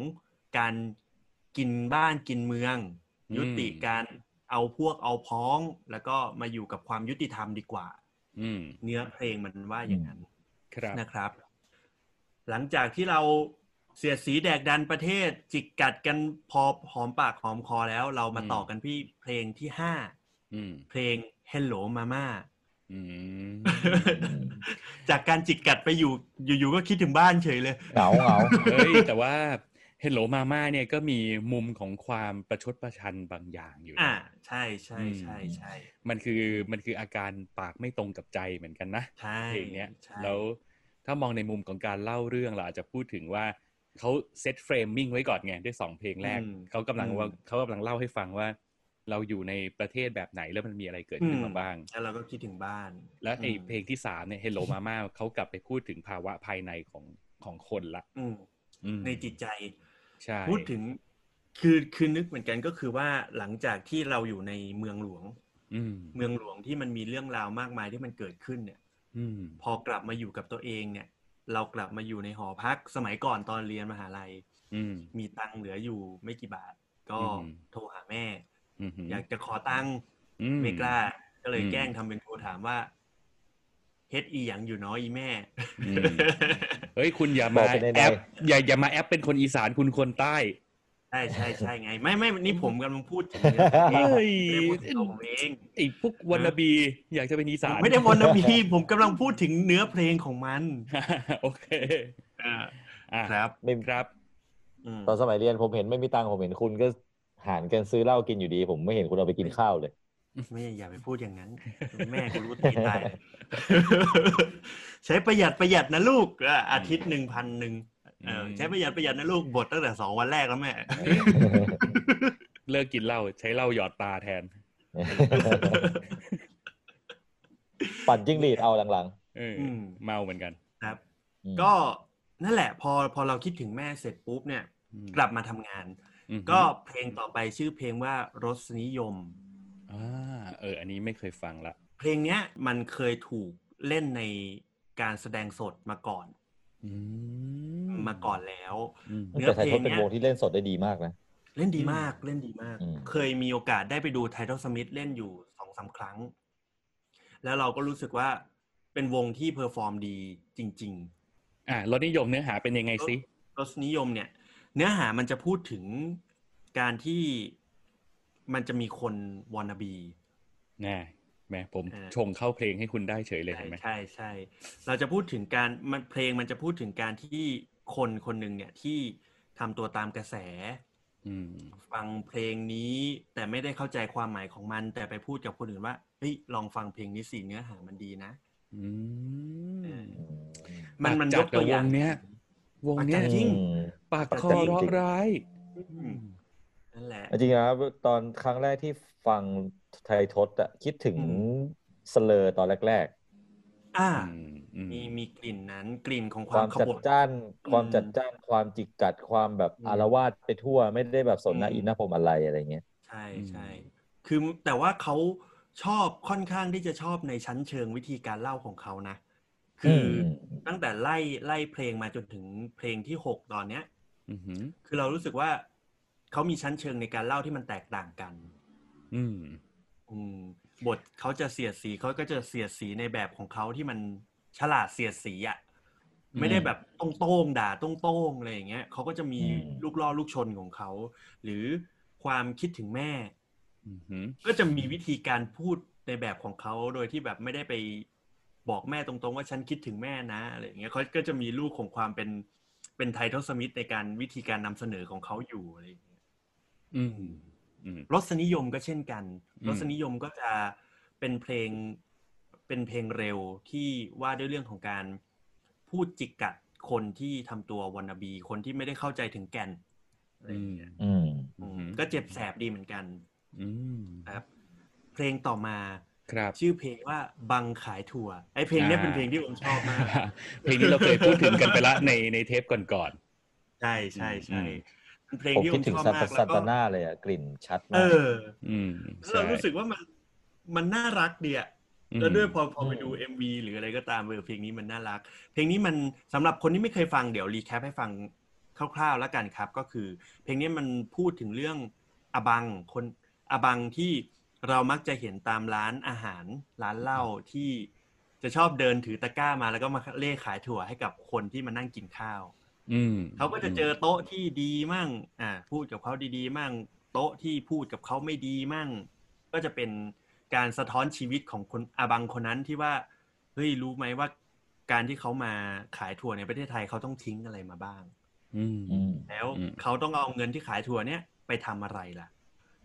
D: การกินบ้านกินเมือง
B: อืม
D: ยุติการเอาพวกเอาพ้อง แล้วก็มาอยู่กับความยุติธรรมดีกว่า
B: อืม
D: เนื้อเพลงมันว่าอย่างนั้น
B: ครับ
D: นะครับ หลังจากที่เราเสียดสีแดกดันประเทศ จิกกัดกันพอหอมปากหอมคอแล้ว เรามา
B: อืม
D: ต่อกันที่เพลงที่ห้า
B: อืม
D: เพลง Hello Mama
B: อืม
C: ม
D: จากการจิกกัดไปอยู่อยู่ๆก็คิดถึงบ้านเฉยเลย
C: เหงาเหงา
B: เฮ้ย แต่ว่าเฮลโลมาม่าเนี่ยก็มีมุมของความประชดประชันบางอย่างอยู่นะ
D: อ่า ใช่ใช่
B: อืม
D: ใช่ใช่
B: มันคือมันคืออาการปากไม่ตรงกับใจเหมือนกันนะ
D: ใช่
B: เพลงเนี้ย
D: ใช่
B: แล้วถ้ามองในมุมของการเล่าเรื่องเราอาจจะพูดถึงว่าเขาเซตเฟรมมิ่งไว้ก่อนไงด้วยสองเพลงแรก เขากำลังว่าเขากำลังเล่าให้ฟังว่า เราอยู่ในประเทศแบบไหนแล้วมันมีอะไรเกิดขึ้นมาบ้าง
D: แล้วเราก็คิดถึงบ้าน
B: และไอ
D: ม
B: เพลงที่สามเนี่ย Hello Mama เขากลับไปพูดถึงภาวะภายในของของคนละ
D: อืม
B: อืม
D: ในจิตใจ
B: ใช่
D: พูดถึงคือคือนึกเหมือนกันก็คือว่าหลังจากที่เราอยู่ในเมืองหลวง
B: อืม
D: เมืองหลวงที่มันมีเรื่องราวมากมายที่มันเกิดขึ้นเนี่ย
B: อืม
D: พอกลับมาอยู่กับตัวเองเนี่ย เรากลับมาอยู่ในหอพักสมัยก่อนตอนเรียนมหาลัย
B: อืม
D: มีตังค์เหลืออยู่ไม่กี่บาท ก็
B: อืม
D: โทรหาแม่
B: อืม
D: อยากจะขอตังค์
B: อื
D: ไม่กล้า ก็เลย
B: อืม
D: แกล้งทำเป็นโทรถามว่าเฮ็ดอีหยังอยู่เน้อยอีแม่
B: อืมเฮ้ยคุณอย่า
C: บอ
B: มาก
C: ไปใน
B: แอ
C: ใด
B: ปอย่าอย่ามาแอปเป็นคนอีสานคุณคนใต้
D: ใช่ใช่ใช่ไง ไม่ไม่นี่ผมกำลังพูดถึง
B: เฮ้ย
D: เรื่องของตัวผมเอง
B: ไอ้พวกวันนาบี อยากจะเป็นอีสาน
D: ไม่ได้วนนะพี่ผมกำลังพูดถึงเนื้อเพลงของมัน
B: โอเค
D: อ่า
B: อ่ะ
D: ครับ
C: ไม่
B: ครับ
D: อืม
C: ตอนสมัยเรียนผมเห็นไม่มีตังค์ผมเห็นคุณก็หารกันซื้อเหล้ากินอยู่ดี ผมไม่เห็นคุณเอาไปกิน ข้าวเลย
D: ไม่อย่าไปพูด อย่างนั้น แม่กูรู้ตีนตายเลย ใช้ประหยัดประหยัดนะลูกอ่ะอาทิตย์หนึ่งพันหนึ่งเออใช้ประหยัดประหยัดนะลูกบทตั้งแต่สองวันแรกแล้วแม่
B: เลิกกินเหล้าใช้เหล้าหยอดตาแทน
C: ปั่นจิ้งหรีดเอาหลัง
B: เออ
D: ม
B: เมาเหมือนกัน
D: ครับ
C: ๆอืม
D: ก็นั่นแหละ พอพอเราคิดถึงแม่เสร็จปุ๊บเนี่ย
B: อืม
D: กลับมาทำงาน
B: อืม
D: ก็เพลงต่อไปชื่อเพลงว่ารสนิยม
B: อ่าเออ อันนี้ไม่เคยฟังละ
D: เพลงเนี้ยมันเคยถูกเล่นในการแสดงสดมาก่อน
B: อื
D: มาก่อนแล้ว
B: อืม
D: เนื้
C: แต่
D: อ
C: ไทย
D: เพล
C: ท
D: ง
C: ศเป็น
D: เนี่
C: วย งที่เล่นสดได้ดีมากนะ
D: เล่นดีมากเล่นดีมาก
C: อืม
D: เคยมีโอกาสได้ไปดูไททอลสมิธเล่นอยู่สองสามครั้ง แล้วเราก็รู้สึกว่าเป็นวงที่เพอร์ฟอร์มดีจริง
B: อ่ะรสนิยมเนื้อหาเป็นยังไงสิ
D: ๆ รสนิยมเนี่ย เนื้อหามันจะพูดถึงการที่มันจะมีคนวอนนาบี
B: น่ะแหม่ผม
D: เออ
B: ชงเข้าเพลงให้คุณได้เฉยเลย
D: ใช่
B: เห็นไหม
D: ใช่ใช่ เราจะพูดถึงการมันเพลงมันจะพูดถึงการที่คนคนหนึ่งเนี่ยที่ทำตัวตามกระแส
B: อืม
D: ฟังเพลงนี้แต่ไม่ได้เข้าใจความหมายของมัน แต่ไปพูดกับคนอื่นว่าเฮ้ยลองฟังเพลงนี้สิเนื้อหามันดีนะ
B: อื
D: เอ
B: ม
D: อ มันมัน
B: จั
D: ย
B: ด
D: กตัวอย่าง
B: บวเนี้ย วงเนี้ย
D: ปากจัดจริง
B: ปากคอ
D: ปากจัดจริง
B: เราะร้าย
D: อืมนั่นแหละ
C: จริงๆนะครับตอนครั้งแรกที่ฟังไทยทศอะคิดถึง
D: อื
C: สเลอร์ตอนแรก
D: อ่า
B: อืมอืม
D: มีมีกลิ่นนั้นกลิ่นของ
C: ๆควา
D: คา
C: ว
D: ม
C: ม
D: ข
C: จั
D: บ
C: ด
D: ถ
C: จ้าน
D: อืม
C: ความจัดจ้าน ความจิกกัด ความแบบ
D: อืม
C: อารวาสไปทั่ว ไม่ได้แบบสนหน้า
D: อืม
C: อินหน้าผมอะไรอะไรเงี้ย
D: ใช่
B: อืม
D: ใช่คือแต่ว่าเขาชอบค่อนข้างที่จะชอบในชั้นเชิงวิธีการเล่าของเขานะ คืออ
C: ม
D: ตั้งแต่ไล่ไล่เพลงมาจนถึงเพลงที่หกตอนเนี้ย
B: อืมอืม
D: คือเรารู้สึกว่าเขามีชั้นเชิงในการเล่าที่มันแตกต่างกัน
B: อืม
D: อืมบทเขาจะเสียดสีเขาก็จะเสียดสีในแบบของเขาที่มันฉลาดเสียดสีอ่ะ
B: อืม
D: ไม่ได้แบบต้งโต้งๆด่าต้งโต้งๆอะไรอย่างเงี้ยเขาก็จะมี
C: อืม
D: ลูกล่อลูกชนของเขา หรือความคิดถึงแม่
B: อืมอืม
D: ก็จะมีวิธีการพูดในแบบของเขาโดยที่แบบไม่ได้ไปบอกแม่ตรงๆ ว่าฉันคิดถึงแม่นะอะไรอย่างเงี้ยเขาก็จะมีลูกของความเป็นเป็นไททอลสมิธในการวิธีการนำเสนอของเขาอยู่อะไรอย่างเงี้ย
B: อืมอืม
D: รสนิยมก็เช่นกัน
B: อืม
D: รสนิยมก็จะเป็นเพลงเป็นเพลงเร็วที่ว่าด้วยเรื่องของการพูดจิกกัด คนที่ทำตัววันนาบี คนที่ไม่ได้เข้าใจถึงแก่นอะไรอย่างเงี้ย
C: อืม
B: อืม
D: อืมก็เจ็บแสบดีเหมือนกัน
B: อืม
D: นะครับ เพลงต่อมา
B: ครับ
D: ชื่อเพลงว่าบังขายถั่วไอเพลงเนี้ย
B: อ่า
D: เป็นเพลงที่ผมชอบมาก
B: เพลงนี้เราเคยพูดถึงกันไปละในในเทปก่อน
D: ใช่ใช่ใช่
B: อืม
D: เป็นเพลง
C: ผม
D: ที่ผ
C: คิด
D: ม
C: ถึง
D: ชอบ
C: ซาน
D: มา
C: ตาก
D: แล้
C: ซาว
D: ก็
C: ตาน่าเลยอ่ะ กลิ่นชัด
D: เอ
C: มา
D: อ
C: ก
B: ๆ อืม
D: แล้วเรารู้สึกว่ามันมันน่ารักดีอะ
B: อืม
D: แล้วด้วยพอพอไปดู
C: อืม
D: MV หรืออะไรก็ตามเออเพลงนี้มันน่ารัก เพลงนี้มันสำหรับคนที่ไม่เคยฟังเดี๋ยวรีแคปให้ฟังคร่าวๆแล้วกันครับ ก็คือ เพลงนี้มันพูดถึงเรื่องอบังคนอบังที่เรามักจะเห็นตามร้านอาหารร้านเหล้าที่จะชอบเดินถือตะกร้ามาแล้วก็มาเล่ขายถั่วให้กับคนที่มานั่งกินข้าว
B: อืม
D: เขาก็จะเจอโต๊ะที่ดีมั่ง อ่า พูดกับเขาดีๆ มั่ง โต๊ะที่พูดกับเขาไม่ดีมั่ง ก็จะเป็นการสะท้อนชีวิตของคนอาบังคนนั้นที่ว่า เฮ้ย รู้ไหมว่าการที่เขามาขายถั่วในประเทศไทยเขาต้องทิ้งอะไรมาบ้าง
B: อืม
C: อืม
D: แล้ว
B: อืม
D: เขาต้องเอาเงินที่ขายถั่วเนี้ยไปทำอะไรล่ะ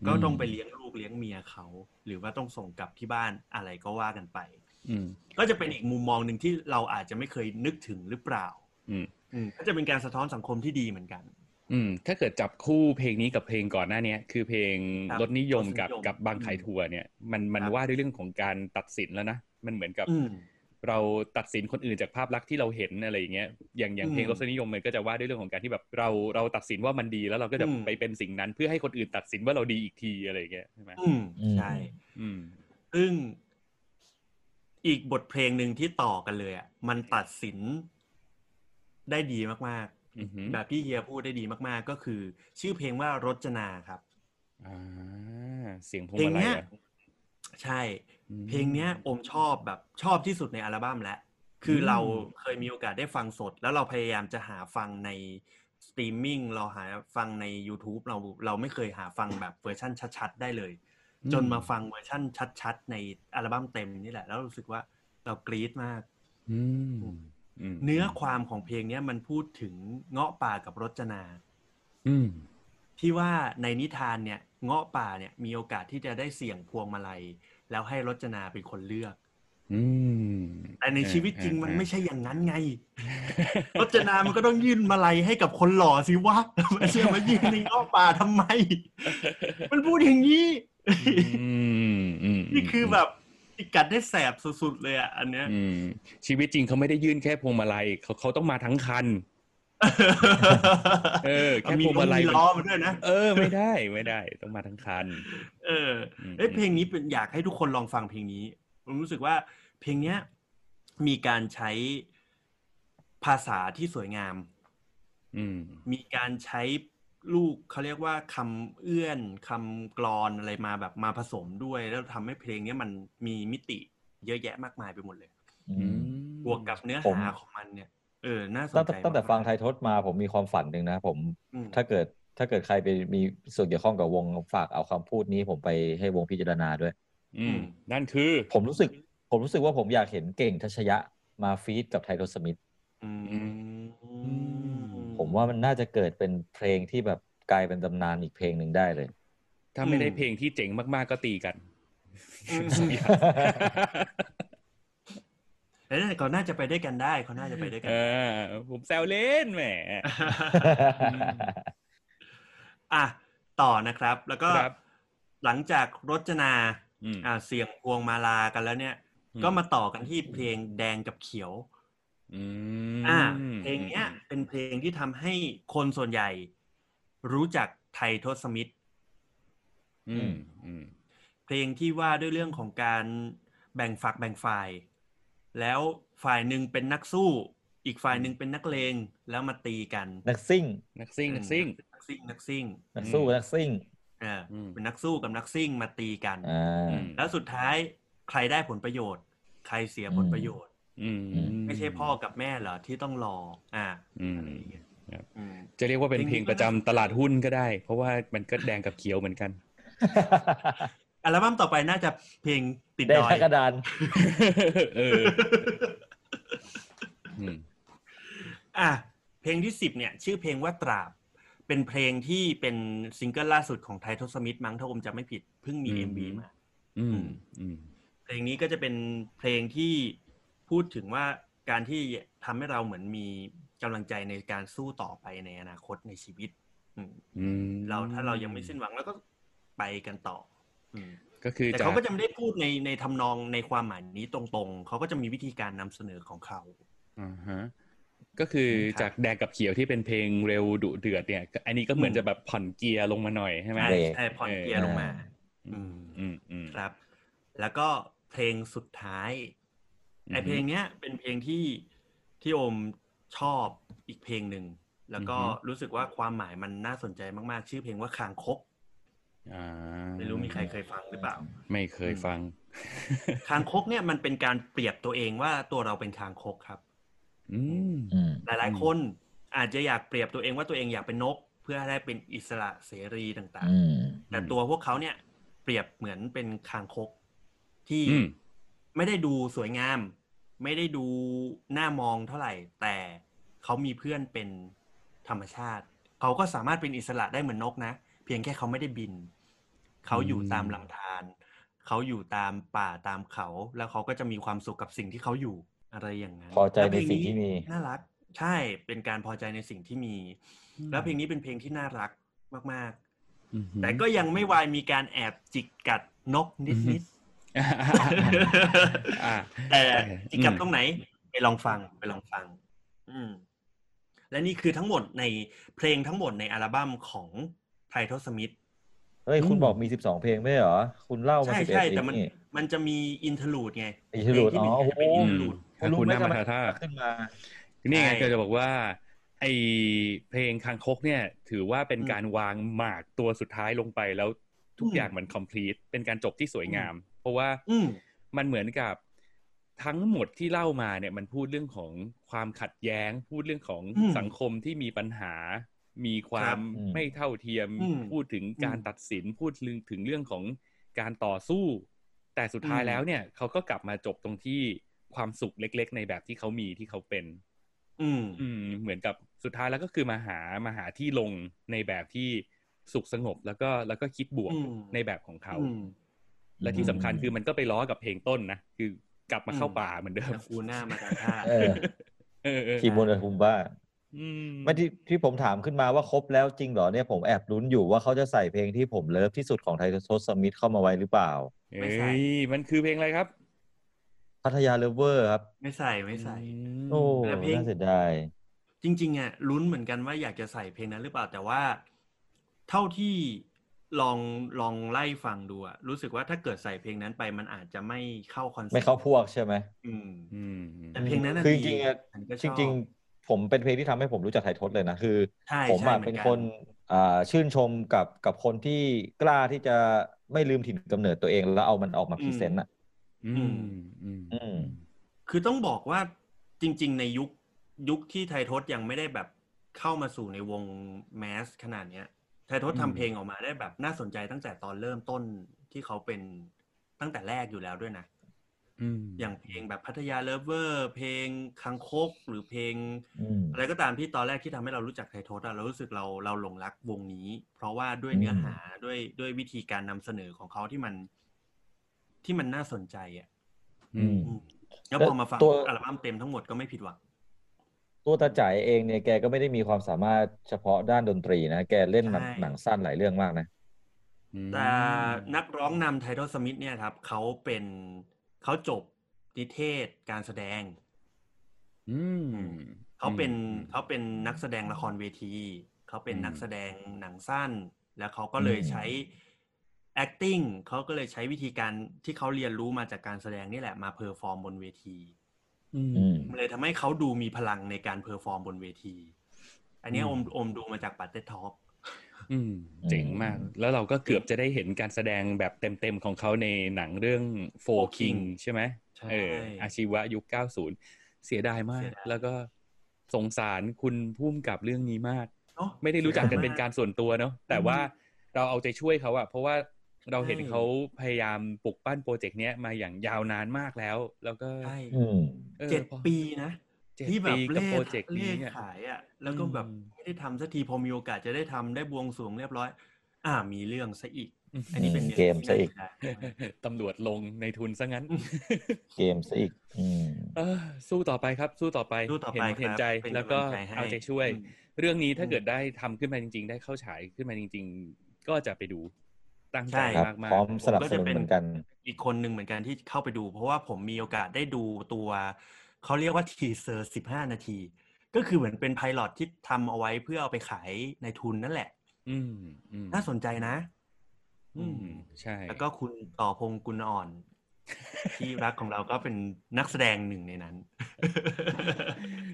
B: อืม
D: ก็ต้องไปเลี้ยงลูกเลี้ยงเมียเขา หรือว่าต้องส่งกลับที่บ้านอะไรก็ว่ากันไป
B: อืม
D: ก็จะเป็นอีกมุมมองหนึ่งที่เราอาจจะไม่เคยนึกถึงหรือเปล่า
B: อืม
D: อืมก็จะเป็นการสะท้อนสังคมที่ดีเหมือนกัน
B: อืมถ้าเกิดจับคู่เพลงนี้กับเพลงก่อนหน้าเนี้ยคือเพลง
D: ครับ
B: รถนิยมกับ
D: รสนิยม
B: กับบางขายทัวร์เนี่ยมันมัน
D: ครับ
B: ว่าด้วยเรื่องของการตัดสินแล้วนะ มันเหมือนกับ
D: อืม
B: เราตัดสินคนอื่นจากภาพลักษณ์ที่เราเห็นอะไรอย่างเงี้ยอย่างอย่าง
D: อืม
B: เพลงรสนิยมมันก็จะว่าด้วยเรื่องของการที่แบบเราเราตัดสินว่ามันดีแล้วเราก็จะ
D: อืม
B: ไปเป็นสิ่งนั้นเพื่อให้คนอื่นตัดสินว่าเราดีอีกทีอะไรอย่างเงี้ยใช่ไหม
D: อืม
C: อืม
D: ใช่
B: อืม
D: ซึ่งอีกบทเพลงหนึ่งที่ต่อกันเลยอ่ะมันตัดสินได้ดีมาก
B: อือหือ
D: ๆ แบบที่เฮียพูดได้ดีมากๆ ก็คือ ชื่อเพลงว่ารจนาครับ
B: อ่าเสียงพวง
D: เพลง
B: มาลัย
D: เนี้ย
B: อะ
D: ใช่
B: อืม
D: เพลงเนี้ยอมชอบแบบชอบที่สุดในอัลบั้มแล้วคืออ
B: ม
D: เราเคยมีโอกาสได้ฟังสด แล้วเราพยายามจะหาฟังในสตรีมมิ่งเราหาฟังใน YouTube เราเราไม่เคยหาฟังแบบเวอร์ชั่นชัด ๆ ได้เลย จนมาฟังเวอร์ชั่นชัด ๆ ในอัลบั้มเต็มนี่แหละ แล้วรู้สึกว่าเรากรี๊ดมาก
B: อืมม
D: เนื้อความของเพลงเนี้ยมันพูดถึงเงาะป่ากับรจนา
B: อืม
D: ที่ว่าในนิทานเนี่ยเงาะป่าเนี่ยมีโอกาสที่จะได้เสี่ยงพวงมาลัย แล้วให้รจนาเป็นคนเลือก
B: อืม
D: แต่ใน
B: เออ
D: ชีวิตจริง
B: เออ
D: มัน
B: เออ
D: ไม่ใช่อย่าง นั้นไง รจนามันก็ต้องยื่นมาลัยให้กับคนหล่อสิวะ มันจะมายื่นในเงาะป่าทำไม มันพูดอย่างนี้
B: อืมอืม
D: นี่คือแบบกัดได้แสบสุดๆเลยอ่ะอันเนี้ย
B: อืมชีวิตจริงเขาไม่ได้ยื่นแค่พวงมาลัยเขาเขาต้องมาทั้งคัน เออแค่
D: มี
B: พวงมาลัย
D: มีล้อมาด้วยนะ
B: เออ ไม่ได้ไม่ได้ต้องมาทั้งคัน
D: เอออ
B: ม
D: เอ้ยเพลงนี้เป็นอยากให้ทุกคนลองฟังเพลงนี้ ผมรู้สึกว่าเพลงเนี้ยมีการใช้ภาษาที่สวยงาม
B: อืม
D: มีการใช้ลูกเขาเรียกว่าคำเอื้อนคำกรอนอะไรมาแบบมาผสมด้วย แล้วทำให้เพลงเนี้ยมันมีมิติเยอะแยะมากมายไปหมดเลย
C: อื
B: อื
C: ม
B: ม
D: บวกกับเนื้อ
C: ผม
D: หาของมันเนี่ย เออ น่าสน
C: ตั้งแต่
D: ใจ
C: ตั้งแต่
D: มากๆ
C: ฟังไทยทศมาผมมีความฝันหนึ่งนะผม
D: อืม
C: ถ้าเกิดถ้าเกิดใครไปมีส่วนเกี่ยวข้องกับวงฝากเอาคำพูดนี้ผมไปให้วงพิจารณาด้วย
B: อืมนั่นคือ
C: ผมรู้สึก ผมรู้สึกว่าผมอยากเห็นเก่งทัชยะมาฟีดกับไททอสมิธ
D: อืม
C: ผมว่ามันน่าจะเกิดเป็นเพลงที่แบบกลายเป็นตำนานอีกเพลงหนึ่งได้เลย
B: ถ้าไม่ได้เพลงที่เจ๋งมากๆก็ตีกัน
D: อืม เอ้ยเขาน่าจะไปด้วยกันได้เขาน่าจะไปด้วยกั
B: เอน อผมแซวเล่นแหม
D: อ่ะต่อนะครับ แล้วก็
B: ครับ
D: หลังจากรจนา
B: อืม
D: อ่าเสียงพวงมาลากันแล้วเนี่ย ก็มาต่อกันที่เพลงแดงกับเขียว
B: อืม
D: อ่า เพลงเนี้ย เป็นเพลงที่ทำให้คนส่วนใหญ่ รู้จักไทยทศมิตร
B: อืมอืม
D: เพลงที่ว่าด้วยเรื่องของการแบ่งฝักแบ่งฝ่าย แล้วฝ่ายหนึ่งเป็นนักสู้ อีกฝ่ายหนึ่งเป็นนักเลงแล้วมาตีกัน
C: นักซิ่ง
B: นักซิ่งนักซิ่ง
D: นักซิ่งนักซิ่ง
C: นักสู้นักซิ่ง
D: เอออ
B: ม
D: เป็นนักสู้กับนักซิ่งมาตีกัน
C: อ่า
B: อืม
D: แล้วสุดท้ายใครได้ผลประโยชน์ ใครเสียผลประโยชน์
B: อืม
D: ไม่ใช่พ่อกับแม่เหรอที่ต้องรออ่า
B: อืม
D: อะไรอย่างเงี้ยอืม
B: จะเรียกว่าเป็นเพลงประจำตลาดหุ้นก็ได้ เพราะว่ามันก็แดงกับเขียวเหมือนกัน
D: อัลบั้มต่อไปน่าจะเพลงติด
C: ได้
D: ดอย
C: ทั้งกระดาน
B: เอออืม
D: อ่ะเพลงที่สิบเนี่ย ชื่อเพลงว่าตราบ เป็นเพลงที่เป็นซิงเกิลล่าสุดของไททอสมิธมั้งถ้าผมจำไม่ผิดเพิ่งมี
B: อืม
D: เอ็มบีมา
B: อืมอืม
D: เพลงนี้ก็จะเป็นเพลงที่พูดถึงว่าการที่ทำให้เราเหมือนมี กำลังใจในการสู้ต่อไปในอนาคตในชีวิต อืม
B: อืม
D: เราถ้าเรายังไม่สิ้นหวังแล้วก็ไปกันต่อ อืม
B: ก็คือ
D: แต่
B: จะ
D: เขาก็จะไม่ได้พูดในในทำนองในความหมายนี้ตรงๆ เขาก็จะมีวิธีการนำเสนอของเขา
B: อ่าฮะก็คือ
D: ครับ
B: จากแดงกับเขียวที่เป็นเพลงเร็วดุเดือดเนี่ยก็อันนี้ก็เหมือนจะแบบผ่อนเกียร์ลงมาหน่อยใช่ไหม
D: ใช่
C: เบรก
D: ใช่ผ่อนเกียร์ลงมา
B: เอออื
D: อืม
B: อืมอืม
D: ครับ แล้วก็เพลงสุดท้าย ไอเพลงเนี้ยเป็นเพลงที่ที่โอมชอบอีกเพลงหนึ่ง แล้วก็รู้สึกว่าความหมายมันน่าสนใจมากๆ ชื่อเพลงว่าคางคก
B: อ่า
D: ไม่รู้มีใครเคยฟังหรือเปล่า
B: ไม่เคยฟัง
D: คางคกเนี่ยมันเป็นการเปรียบตัวเองว่าตัวเราเป็นคางคกครับ
B: อืม
C: อืม
D: หลาย
B: อืม
D: ๆ คนอาจจะอยากเปรียบตัวเองว่าตัวเองอยากเป็นนก เพื่อให้ได้เป็นอิสระเสรีต่าง
C: อืม
D: ๆ แต่ตัวพวกเขาเนี่ยเปรียบเหมือนเป็นคางคกที่
B: อืม
D: ไม่ได้ดูสวยงาม ไม่ได้ดูน่ามองเท่าไหร่ แต่เขามีเพื่อนเป็นธรรมชาติ เขาก็สามารถเป็นอิสระได้เหมือนนกนะ เพียงแค่เขาไม่ได้บิน เขาอยู่ตามลำธารเขาอยู่ตามป่าตามเขา แล้วเขาก็จะมีความสุขกับสิ่งที่เขาอยู่อะไรอย่างนั้น
C: พอใจในสิ่งที่มี
D: แล้วเพลน่ารัก ใช่เป็นการพอใจในสิ่งที่มี แล้วเพลงนี้เป็นเพลงที่น่ารักมาก
B: อือหื
D: ๆ
B: อ
D: แต่ก็ยังไม่วายมีการแอบจิกกัดนกนิด
B: อ่า
D: ๆ แต่จิกกัดตรงไหน ไปลองฟังไปลองฟัง อืม และนี่คือทั้งหมดในเพลงทั้งหมดในอัลบั้มของไททอสมิธ
C: เฮ้ย คุณ
B: อืม
C: บอกมีสิบสองเพลงไม่ใช่เหรอ คุณเล่ามา
D: ใช่
C: สิบเอ็ด
D: ใช่
C: เอ
D: แต่
C: ง
D: มัน
C: นี่
D: มันจะมีอินทลูดไง
C: อินเทอร์ลูด
D: เพลงที่
C: อ๋อ
D: หนึ่งจะเป็น
C: โอ้
D: อินท
C: โห
D: ลูด
B: ถ้าคุณหน้ามาทาท่า
C: ขึ้นมา
B: นี่ไง
D: ใช่
B: ก็จะบอกว่า ไอเพลงคางคกเนี่ย ถือว่าเป็นการวางหมากตัวสุดท้ายลงไปแล้วทุก
D: อืม
B: อย่างมัน complete เป็นการจบที่สวยงาม เพราะว่า
D: อืม
B: มันเหมือนกับทั้งหมดที่เล่ามาเนี่ย มันพูดเรื่องของความขัดแย้ง พูดเรื่องของ
D: อืม
B: สังคมที่มีปัญหา มีควา
D: ครั
B: ม
D: บ
C: อืม
B: ไม่เท่าเทียม
D: อืม
B: พูดถึงการ
D: อืม
B: ตัดสินพูดถึงเรื่องของการต่อสู้ แต่สุดท้าย
D: อืม
B: แล้วเนี่ยเขาก็กลับมาจบตรงที่ความสุขเล็ก ๆ ในแบบที่เขามีที่เขาเป็น
D: อืม
B: อืมเหมือนกับสุดท้ายแล้วก็คือมาหามาหาที่ลงในแบบที่สุขสงบแล้วก็แล้วก็คิดบวก
D: อืม
B: ในแบบของเขา
D: อืม
B: และที่สำคัญคือ
C: ม
B: มันก็ไปล้อกับเพลงต้นนะคือกลับมาเข้า
D: อืม
B: ป่าเหมือนเดิม
D: แล้วคูหน้ามาทางท่า
C: เออ
B: เออเออ
C: ขี่บนเรือคุมบ้า
B: อืม
C: ไม่ที่ที่ผมถามขึ้นมาว่าครบแล้วจริงเหรอเนี่ยผมแอบลุ้นอยู่ว่าเขาจะใส่เพลงที่ผมเลิฟที่สุดของไททอสสมิธเข้ามาไว้หรือเปล่า
B: เอ้ยมันคือเพลงอะไรครับ
C: พัทยาเลฟเวอร์ครับ
D: ไม่ใส่ไม่ใส่
C: โอ้
D: แต่เพลง
C: น่าเสียดาย
D: จริง ๆอ่ะลุ้นเหมือนกันว่าอยากจะใส่เพลงนั้นหรือเปล่าแต่ว่า เท่าที่ลองลองไล่ฟังดูอะรู้สึกว่าถ้าเกิดใส่เพลงนั้นไปมันอาจจะไม่เข้าคอนเซ็ปต์
C: ไม่เข้าพวกใช่ไหม
D: อืม
B: อืมอืม
D: แต่เพลงนั้นน่ะ
C: คือจ
D: ดี
C: ริงๆอะ
D: ฉันก็ช
C: จ
D: อบ
C: ริง ๆ ผมเป็นเพลงที่ทำให้ผมรู้จักไททศเลยนะ คือ
D: ใช่
C: ผม
D: ใช่
C: อ่ะ
D: หมือ
C: เป็น
D: กั
C: คนอ่าชื่นชมกับกับคนที่กล้าที่จะไม่ลืมถิ่นกำเนิดตัวเอง แล้วเอามันออกมา
D: อืม
C: พรีเซนต์อ่ะ
B: อืมอืม
C: อืม
D: คือต้องบอกว่าจริง ๆ ในยุคยุคที่ไททศยังไม่ได้แบบเข้ามาสู่ในวงแมสขนาดเนี้ยไททศทำเพลงออกมาได้แบบน่าสนใจตั้งแต่ตอนเริ่มต้นที่เขาเป็นตั้งแต่แรกอยู่แล้วด้วยนะ
B: อืม
D: อย่างเพลงแบบพัทยาเลิฟเวอร์ เพลงคังคกหรือเพลง
C: อืม
D: อะไรก็ตามที่ตอนแรกที่ทำให้เรารู้จักไททศอะเรารู้สึกเราเราหลงรักวงนี้ เพราะว่าด้วยเนื้อหาด้วยด้วยวิธีการนำเสนอของเขาที่มันที่มันน่าสนใจอ่ะ
B: อืม
D: อืมแล้ว
C: แล้
D: พ
C: ว
D: อมาฟัง
C: ตัว
D: อัลบั้มเต็มทั้งหมดก็ไม่ผิดหวัง
C: ตัวตาจ่ายเองเนี่ยแกก็ไม่ได้มีความสามารถเฉพาะด้านดนตรีนะ แกเล่นหนัง
D: ใช่
C: หนังสั้นหลายเรื่องมากนะ
D: แต่นักร้องนำไททอลสมิธเนี่ยครับ เขาเป็นเขาจบนิเทศการแสดง
B: อืม
D: เขาเป็น
B: อืม
D: เขาเป็นนักแสดงละครเวที เขาเป็น
B: อืม
D: นักแสดงหนังสั้น แล้วเขาก็เลย
C: อืม
D: ใช้ acting เขาก็เลยใช้วิธีการที่เขาเรียนรู้มาจากการแสดงนี่แหละมาเพอร์ฟอร์มบนเวที
B: อืม
C: อืม
D: มันเลยทำให้เขาดูมีพลังในการเพอร์ฟอร์มบนเวที อันเนี้ย
B: อื
D: อม
B: ม
D: อมดูมาจากปัตเตท็อก
B: อืมเจ๋งมาก
C: อืม
B: แล้วเราก็เกือบจะได้เห็นการแสดงแบบเต็มๆของเขาในหนังเรื่อง Four
D: Four King
B: King ใช่ไหม
D: ใช่
B: เอออาชีวะยุค 90 เสียดายมาก
D: เสียดาย
B: แล้วก็สงสารคุณพุ่มกับเรื่องนี้มาก
D: เนอะ
B: ไม่ได้รู้จักกัน
D: สวย
B: เป็นการส่วนตัวเนาะแต่ว่าเราเอาใจช่วยเขาอะเพราะว่าเราเห็น
D: ใช่
B: เขาพยายามปลุกปั้นโปรเจกต์เนี้ยมาอย่างยาวนานมากแล้ว แล้วก็
D: ใช่
C: อืม
B: ออ
D: เจ็ด
B: พอ
D: ปีนะ
B: เจ็ด
D: ที่แบบ
B: ปีกับ
D: เล่
B: โปรเจกต์
D: เล่
B: นี้อะ
D: ขายอ่ะ แล้วก็แบบ
B: อืม
D: ไม่ได้ทำสักทีพอมีโอกาสจะได้ทำได้บวงสรวงเรียบร้อย อ่ามีเรื่องซะอีก อันนี้เป็น
C: เกมซะอีก
B: ตำรวจลงในทุนซะงั้น
C: เกมซะอีก อืม
B: เออสู้ต่อไปครับ สู้ต่อไป
D: ดูต่อไป
B: เห็นอกเห็
D: ครับ
B: นใจ
D: ป็น
B: แล้วก็
D: ำงใ
B: เอาใจช่วย
D: อืม
B: เรื่องนี้ถ้า
D: อืม
B: เกิดได้ทำขึ้นมาจริง ๆ ได้เข้าฉายขึ้นมาจริง ๆ ก็จะไปดูตั้งใจ
D: ใช่
C: ครับ
B: มากๆ
C: พร้อม
B: เลย
C: สนับสนุนเหมือนกัน
D: อีกคนหนึ่งเหมือนกันที่เข้าไปดู เพราะว่าผมมีโอกาสได้ดูตัว เขาเรียกว่าทีเซอร์ 15 นาที ก็คือเหมือนเป็นไพลอตที่ทำเอาไว้เพื่อเอาไปขายในทุนนั่นแหละ
B: อืมอืม
D: น่าสนใจนะ
B: อืมใช่
D: แล้วก็คุณต่อพงศ์กุลอ่อน ที่รักของเราก็เป็นนักแสดงหนึ่งในนั้น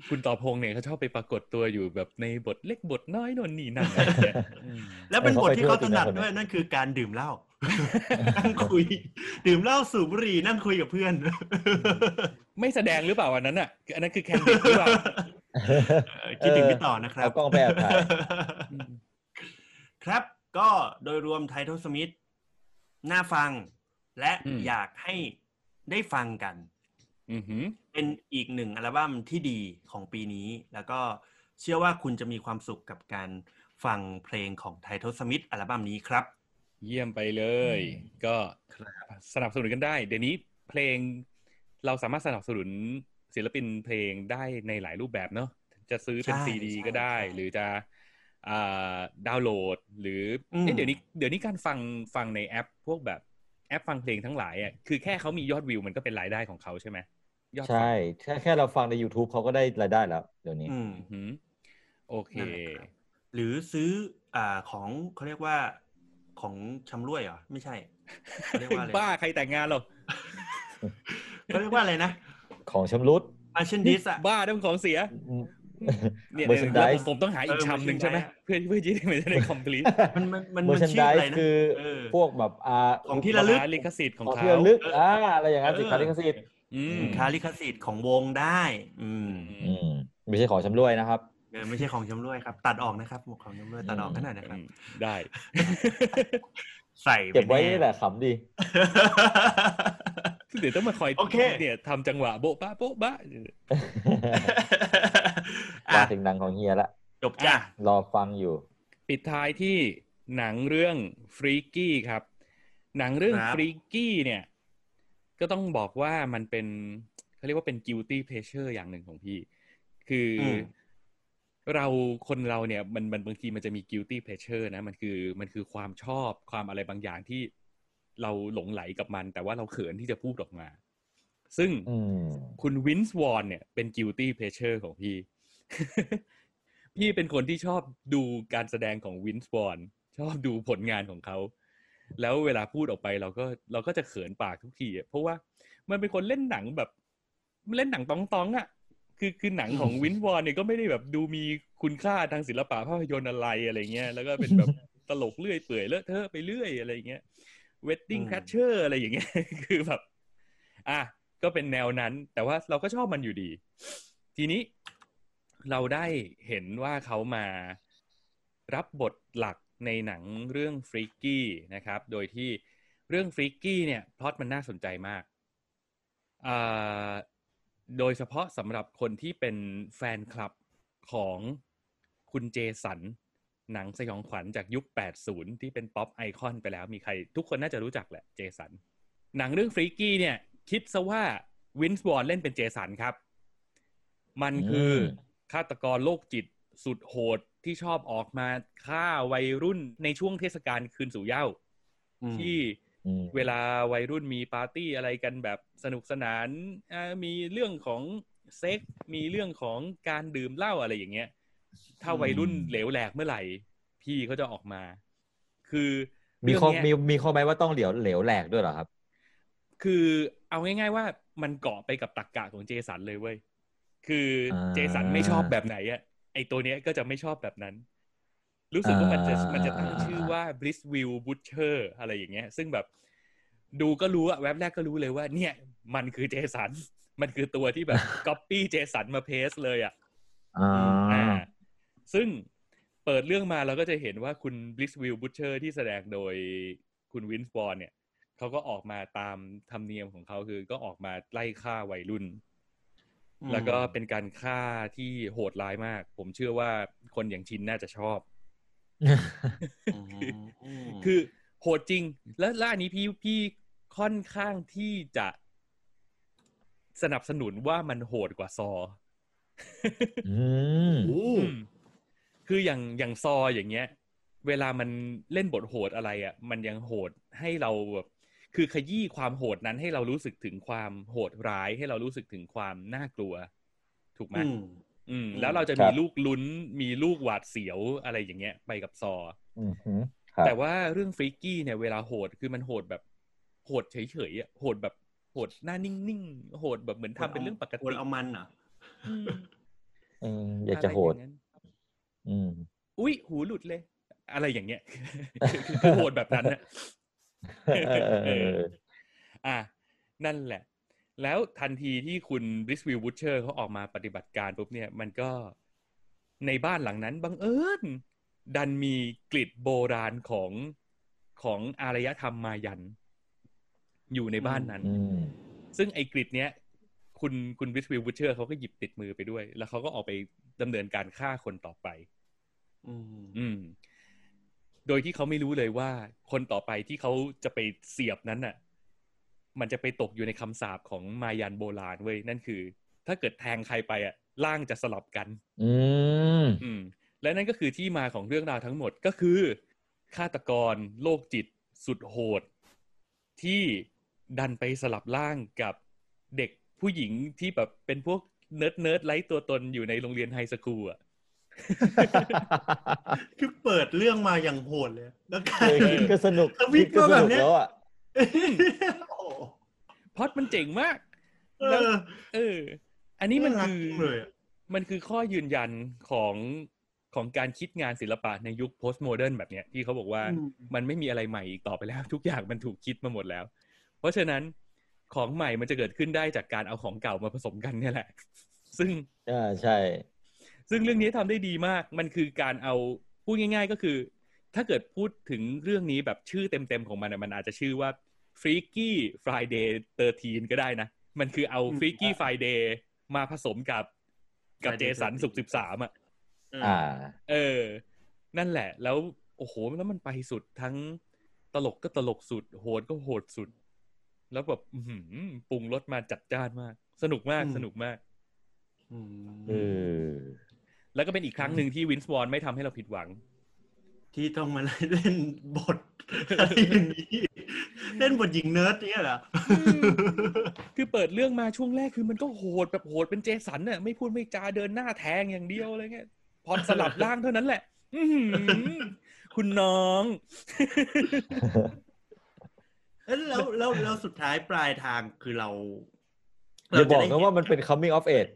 B: คุณต่อพงษ์เนี่ยเขาชอบไปปรากฏตัวอยู่แบบในบทเล็กบทน้อยนนนี่นั่นอะไรอย่างเงี้ยอืม
D: แล้วเป็นบทที่เขาถนัด
C: เขาไปเที่ยว
D: ด้วยนั่นคือการดื่มเหล้า นั่งคุย ดื่มเหล้าสูบบุหรี่นั่งคุยกับเพื่อน
B: ไม่แสดงหรือเปล่าอันนั้นอ่ะอันนั้นคือแคนดิดหรือเปล่า
D: เอ่อคิดถึงพี่ต่อนะครับ
C: เอากล้องไปแอบถ่าย
B: อืม
D: ครับก็โดยรวมไททอลสมิธน่าฟัง และอยากให้ได้ฟังกัน
B: อือหือ
D: เป็นอีกหนึ่งอัลบั้มที่ดีของปีนี้ แล้วก็เชื่อว่าคุณจะมีความสุขกับการฟังเพลงของไททอลสมิธอัลบั้มนี้ครับ
B: เยี่ยมไปเลย
C: อืม
B: ก็สนับสนุนกันได้ เดี๋ยวนี้เพลงเราสามารถสนับสนุนศิลปินเพลงได้ในหลายรูปแบบเนอะจะซื้อเป็น
D: ใช่
B: ซีดี
D: ใช่
B: ก็ได้
D: ใช่
B: หรือจะอ่าดาวน์โหลด หรืออ
D: ม
B: เอ๊ะเดี๋ยวนี้เดี๋ยวนี้การฟังฟังในแอป พวกแบบแอปฟังเพลงทั้งหลายอ่ะคือแค่เขามียอดวิวมันก็เป็นรายได้ของเขาใช่ไหมยอดฟัง
C: ใช่แค่แค่เราฟังใน YouTube เขาก็ได้รายได้แล้ว เดี๋ยวนี้
D: อืม
B: อือหือโอเค
D: นั่นแหละครับ หรือซื้ออ่าของเขาเรียกว่าของชำร่วยเหรอ ไม่ใช่เขาเรียกว่าอะไร
B: บ้าใครแต่งงานหรอก
D: เขาเรียกว่าอะไรนะ
C: ของชำรุด
D: มาเช่นดิสอะ
B: บ้าเรื่องของเสีย เนี่ย
C: Merchandise
B: แล้วผมต้องหาอีก
D: เออ
B: ชำหนึ่งใช่ไหม
D: merchandise
B: เพื่อเพื่อที่มัน จะได้ complete
D: มันมันมัน
C: เมอร์ชัน
D: ชื่อ
C: ดา
D: อะไร
C: ย
D: นะ
C: คือ
D: เออ
C: พวกแบบอ่า
D: ของที่ระลึก
B: ลิขสิทธิ์ข
C: ขอ
B: องง
C: ที่
B: เขา
C: ระลึกอ่าอะไรอย่างนั้นสินค้าลิขสิทธิ์
B: อืม
D: สินค้าลิขสิทธิ์ของวงได้ อืม
B: อืม
C: อืมไม่ใช่ของชำร่วยนะครับ
D: เออไม่ใช่ของชำร่วยครับ ตัดออกนะครับของชำร่วยตัดออกขนาดนะครับ
B: ได้
D: ใส่
C: เก็บไว้
D: แน่
C: นี่แหละขำดี
B: เดี๋ยวต้องมาคอย
D: โอเค
B: เนี่ยทำจังหวะโบ๊ะบ้าโบ๊ะบ้า
C: มา
D: อ่ะ
C: ถึงหนังของเฮียละ
D: จบจ้ะ
C: รอฟังอยู่
B: ปิดท้ายที่หนังเรื่องฟรีกี้ครับ หนังเรื่อง
D: ครับ
B: ฟรีกี้เนี่ย ก็ต้องบอกว่ามันเป็นเขาเรียกว่าเป็น guilty pleasure อย่างหนึ่งของพี่ คืออ
D: ม
B: เราคนเราเนี่ยมันมันบางทีมันจะมี guilty pleasure นะ มันคือมันคือความชอบความอะไรบางอย่างที่เราหลงไหลกับมัน แต่ว่าเราเขินที่จะพูดออกมา ซึ่ง
C: อืม
B: คุณวินส์วอนเนี่ยเป็น guilty pleasure ของพี่ พี่เป็นคนที่ชอบดูการแสดงของวินส์วอนชอบดูผลงานของเขา แล้วเวลาพูดออกไปเราก็เราก็จะเขินปากทุกทีอะเพราะว่า มันเป็นคนเล่นหนังแบบเล่นหนังตองตองๆอะ่ะ คือคือหนังของ
D: อืม
B: วินวอนเนี่ยก็ไม่ได้แบบดูมีคุณค่าทางศิลปะภาพยนตร์อะไรอะไรเงี้ยแล้วก็เป็นแบบ ตลกเลื่อยเปื่อยเลอะเทอะไปเรื่อยอะไรเงี้ยเวดดิ้ง
D: อืม
B: แคชเชอร์อะไรอย่างเงี้ย คือแบบ อ่ะก็เป็นแนวนั้น แต่ว่าเราก็ชอบมันอยู่ดี ทีนี้เราได้เห็นว่าเขามารับบทหลักในหนังเรื่องฟรีกี้นะครับ โดยที่เรื่องฟรีกี้เนี่ยพล็อตมันน่าสนใจมากอ่าโดยเฉพาะสำหรับคนที่เป็นแฟนคลับของคุณเจสัน หนังสยองขวัญจากยุค 80 ที่เป็นป๊อปไอคอนไปแล้วมีใคร ทุกคนน่าจะรู้จักแหละเจสัน หนังเรื่องฟรีกี้เนี่ย คิดซะว่าวินส์วอนเล่นเป็นเจสันครับ มันคืออ
C: ม
B: ฆาตกรโรคจิตสุดโหดที่ชอบออกมาฆ่าวัยรุ่นในช่วงเทศกาลคืนสู่เหย้า
D: อืม
B: ที่
C: อืม
B: เวลาวัยรุ่นมีปาร์ตี้อะไรกันแบบสนุกสนานเอ่อมีเรื่องของเซ็กซ์มีเรื่องของการดื่มเหล้าอะไรอย่างเงี้ย ถ้าวัยรุ่นเหลวแหลกเมื่อไหร่ พี่เขาจะออกมา คือ
C: มี
B: เรื่ง
C: ข้อมี
B: เนี้ย
C: มีข้อแม้ว่าต้องเหลวเหลวแหลกด้วยเหรอครับ
B: คือเอาง่าย ๆ ว่ามันเกาะไปกับตักกะของเจสันเลยเว้ย คืออา เจสันไม่ชอบแบบไหนอะไอตัวเนี้ยก็จะไม่ชอบแบบนั้น รู้สึกว่ามันจะ
C: อ่ามั
B: มันจะตั้ง
C: อ่า
B: ชื่อว่า Blissville Butcher อะไรอย่างเงี้ย ซึ่งแบบดูก็รู้อะแว็บแรกก็รู้เลยว่า เนี่ย มันคือเจสัน มันคือตัวที่แบบ copy เจสันมาเพสเลยอะ
C: อ่า
B: อ่าซึ่งเปิดเรื่องมาเราก็จะเห็นว่าคุณ Blissville Butcher ที่แสดงโดยคุณวินส์บอลเนี่ย เขาก็ออกมาตามธรรมเนียมของเขาคือก็ออกมาไล่ฆ่าวัยรุ่น
D: อืม
B: แล้วก็เป็นการฆ่าที่โหดร้ายมาก ผมเชื่อว่าคนอย่างชินน่าจะชอบ
D: อืม
B: คือโ โหดจริง แล้วล่านี้พี่พี่ค่อนข้างที่จะสนับสนุนว่ามันโหดกว่าซอ
C: อืม
D: โอ้
B: อืมคืออย่างอย่างซออย่างเงี้ย เวลามันเล่นบทโหดอะไรอะ่ะ มันยังโหดให้เราแบบคือขยี้ความโหดนั้นให้เรารู้สึกถึงความโหดร้ายให้เรารู้สึกถึงความน่ากลัว ถูกไหมอืม แล้วเราจะ
C: ครั
B: มี
C: บ
B: ลูกลุ้นมีลูกหวาดเสียวอะไรอย่างเงี้ย ไปกับซอ
C: อืมฮึครับ
B: แต่ว่าเรื่องฟริกกี้เนี่ยเวลาโหดคือมันโหดแบบโหดเฉยๆอะโหดแบบโหดหน้านิ่งๆโหดแบบเหมือนทำเป็นเรื่องปก
D: คน
B: ติ
D: เอามันเหรอ
B: อืม
C: เอออยากจะโหด
B: ไรย่างนั้น
C: อืม
B: อุ้ยหูหลุดเลย อะไรอย่างเงี้ย คือคือโหดแบบนั้นนะ
C: เออเออเออ
B: อ่ะนั่นแหละ แล้วทันทีที่คุณบริสวิลวูชเชอร์เขาออกมาปฏิบัติการปุ๊บเนี่ย มันก็ในบ้านหลังนั้นบังเอิญดันมีกลิดโบราณของของอารยธรรมมายัน อยู่ในบ้านนั้น
C: อืม
B: ซึ่งไอ้กริดเนี้ย คุณคุณบริสวิลวูชเชอร์เขาก็หยิบติดมือไปด้วย แล้วเขาก็ออกไปดำเนินการฆ่าคนต่อไป
D: อืม
B: อืม โดยที่เขาไม่รู้เลยว่า คนต่อไปที่เขาจะไปเสียบนั้นน่ะ มันจะไปตกอยู่ในคำสาปของมายันโบราณเว้ยนั่นคือ ถ้าเกิดแทงใครไปอ่ะร่างจะสลับกัน
C: อืม
B: อืม และนั่นก็คือที่มาของเรื่องราวทั้งหมดก็คือฆาตกรโรคจิตสุดโหด ที่ดันไปสลับร่างกับเด็กผู้หญิงที่แบบเป็นพวกเนิร์ดเนิร์ดๆไร้ตัวตนอยู่ในโรงเรียนไฮสคูลอ่ะ
D: คือเปิดเรื่องมาอย่างโหดเลย แล้วกลา
C: เค
D: ร
C: ยคิดก็สนุก
D: เออ
C: คิดก็สนุก
D: เออ
C: แล้วอ่ะ
D: โอ้โห
B: พล็อดมันเจ๋งมาก
D: เอ
B: แล้ว
D: อ
B: เออ อันนี้มัน
D: รัก
B: คือ
D: จังเลยอะ
B: มันคือข้อยืนยันของของการคิดงานศิลปะในยุค post modern แบบเนี้ยที่เขาบอกว่า
D: อืม
B: มันไม่มีอะไรใหม่อีกต่อไปแล้ว ทุกอย่างมันถูกคิดมาหมดแล้ว เพราะฉะนั้นของใหม่มันจะเกิดขึ้นได้จากการเอาของเก่ามาผสมกันเนี่ยแหละ ซึ่ง
C: อ่าใช่
B: ซึ่งเรื่องนี้ทำได้ดีมาก มันคือการเอาพูดง่าย ๆ ก็คือ ถ้าเกิดพูดถึงเรื่องนี้แบบชื่อเต็มๆของมันอะมันอาจจะชื่อว่า Freaky Friday 13 ก็ได้นะ มันคือเอา Freaky Friday มาผสมกับกับเจสันสุกสิบสามอะ
C: อ่า
B: เออ นั่นแหละ แล้ว โอ้โห แล้วมันไปสุดทั้งตลกก็ตลกสุด โหดก็โหดสุด แล้วแบบอื้อหือปรุงรสมาจัดจ้านมาก สนุกมาก สนุกมาก
D: อืม
C: เออ
B: แล้วก็เป็นอีกครั้งหนึ่งที่วินส์วอนไม่ทำให้เราผิดหวัง
D: ที่ต้องมาเล่นบท อะไรอย่างนี้ เล่นบทหญิงเนิร์ดเนี่ยเหรอ
B: คือเปิดเรื่องมาช่วงแรกคือมันก็โหดแบบโหดเป็นเจสันน่ะ ไม่พูดไม่จาเดินหน้าแทงอย่างเดียวอะไรเงี้ย พอสลับร่างเท่านั้นแหละ อือหือคุณน้อง
D: เอ้ยแล้วแล้วแล้วสุดท้ายปลายทางคือเรา
C: อย่าบอ
D: เรจ
C: ก
D: ได้
C: นะว่ามันเป็น coming of age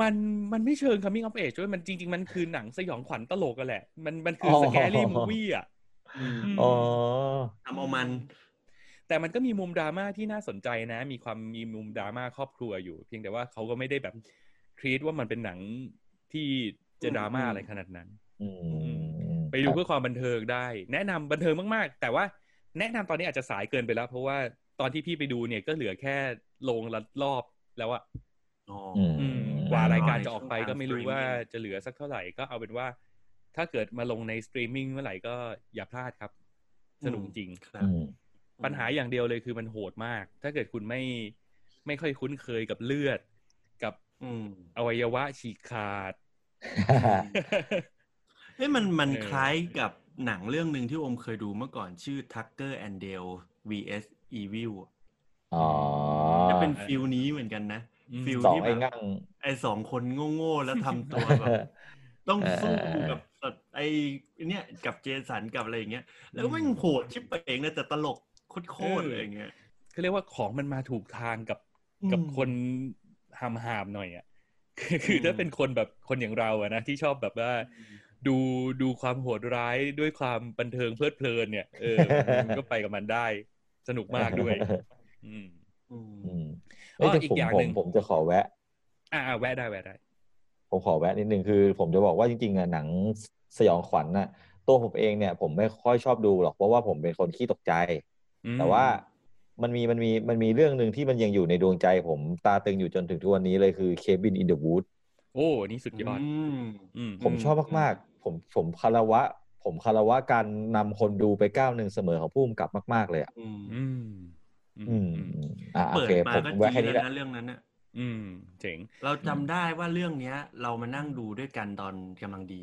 B: มันมันไม่เชิง coming of age ด้วยมันจริง ๆ มันคือหนังสยองขวัญตลกกันแหละ มันมันคือ
C: อ
B: สแกรี่มูวี่อ่ะ
D: อืม
B: อืม
C: อ๋อ
D: ทำเอามัน
B: แต่มันก็มีมุมดราม่าที่น่าสนใจนะ มีความมีมุมดราม่าครอบครัวอยู่ เพียงแต่ว่าเขาก็ไม่ได้แบบครีดว่ามันเป็นหนังที่จะดราม่า
D: อืม
B: อะไรขนาดนั้น
C: อืม
B: ไปดูเพื่อความบันเทิงได้ แนะนำบันเทิงมาก ๆ แต่ว่าแนะนำตอนนี้อาจจะสายเกินไปแล้ว เพราะว่าตอนที่พี่ไปดูเนี่ยก็เหลือแค่โรงละรอบแล้วอะ
D: อ๋ออ
C: อืม
B: อืมกว่ารายการจะออกไป
D: ช่องทาง
B: ก็ไม่รู้ว่า
D: streaming
B: จะเหลือสักเท่าไหร่ก็เอาเป็นว่า ถ้าเกิดมาลงในสตรีมมิ่งเมื่อไหร่ก็อย่าพลาดครับ สนุกจริง
D: ครับ
C: อื ม
B: ปัญหาอย่างเดียวเลยคือมันโหดมาก ถ้าเกิดคุณไม่ไม่ค่อยคุ้นเคยกับเลือด กับ
D: อืม
B: อวัยวะฉีกขาด
D: เอ้ยมันมัน
B: เออ
D: คล้ายกับหนังเรื่องหนึ่งที่อมเคยดูเมื่อก่อนชื่อ Tucker and Dale vs Evil อะ
C: อ๋อ
D: จะเป็นฟิลนี้เหมือนกันนะ
B: ม
D: ฟิล
C: สอง
D: ที่แบบ
C: ไอ้งั่ง
D: ไอสองคนโง่ๆแล้วทำตัวแบบ ต้องสู้กับสัตว์ไอเนี่ยกับเจสันกับอะไรอย่างเงี้ยแล้วแมันโหดชิบเองนะแต่ตลกโคตรๆเลยอย่างเงี้ย
B: เขาเรียกว่าของมันมาถูกทางกับ
D: อืม
B: กับคนหามหามๆหน่อยอะ่ ะคือคือ
D: อืม
B: ถ้าเป็นคนแบบคนอย่างเราอะนะที่ชอบแบบว่า ดูดูความโหดร้ายด้วยความบันเทิงเพลิดเพลินเนี่ยเออ มันก็ไปกับมันได้ สนุกมากด้วย อืม
C: อืมเอ้ยแต่
B: อ๋ออีก
C: ผม
B: อย่าง
C: ผ
B: หนึ่
C: ม
B: ง
C: ผมจะขอแวะ
B: อ่าอ่าแวะได้แวะได้
C: ผมขอแวะนิดนึงคือ ผมจะบอกว่าจริงๆอะหนังสยองขวัญน่ะ ตัวผมเองเนี่ย ผมไม่ค่อยชอบดูหรอกเพราะว่าผมเป็นคนขี้ตกใจ
B: อืม
C: แต่ว่ามันมีมันมีมันมีเรื่องหนึ่งที่มันยังอยู่ในดวงใจ ผมตาตึงอยู่จนถึงทุกวันนี้เลยคือเคบินอินเดอะวูด
B: โอ้อันนี่สุดยอด อืม
C: ผมชอบมากๆ ผมผมคารวะ ผมคารวะการนำคนดูไปก้าวหนึ่งเสมอของผู้กำกับมาก ๆ เลยอ่ะ
D: อืม
B: อืม
C: อืมอืมอ่าโอ
D: เปิด
C: เค
D: มา
C: ผม
D: ก็
C: ไว้
D: จี
C: แค่
D: ด
C: นี้แห
D: แล้ว
C: ละ
D: นะเรื่องนั้นน่ะ
B: อืมเจ๋ง
D: เราจำได้ว่าเรื่องเนี้ย เรามานั่งดูด้วยกันตอนกำลังดี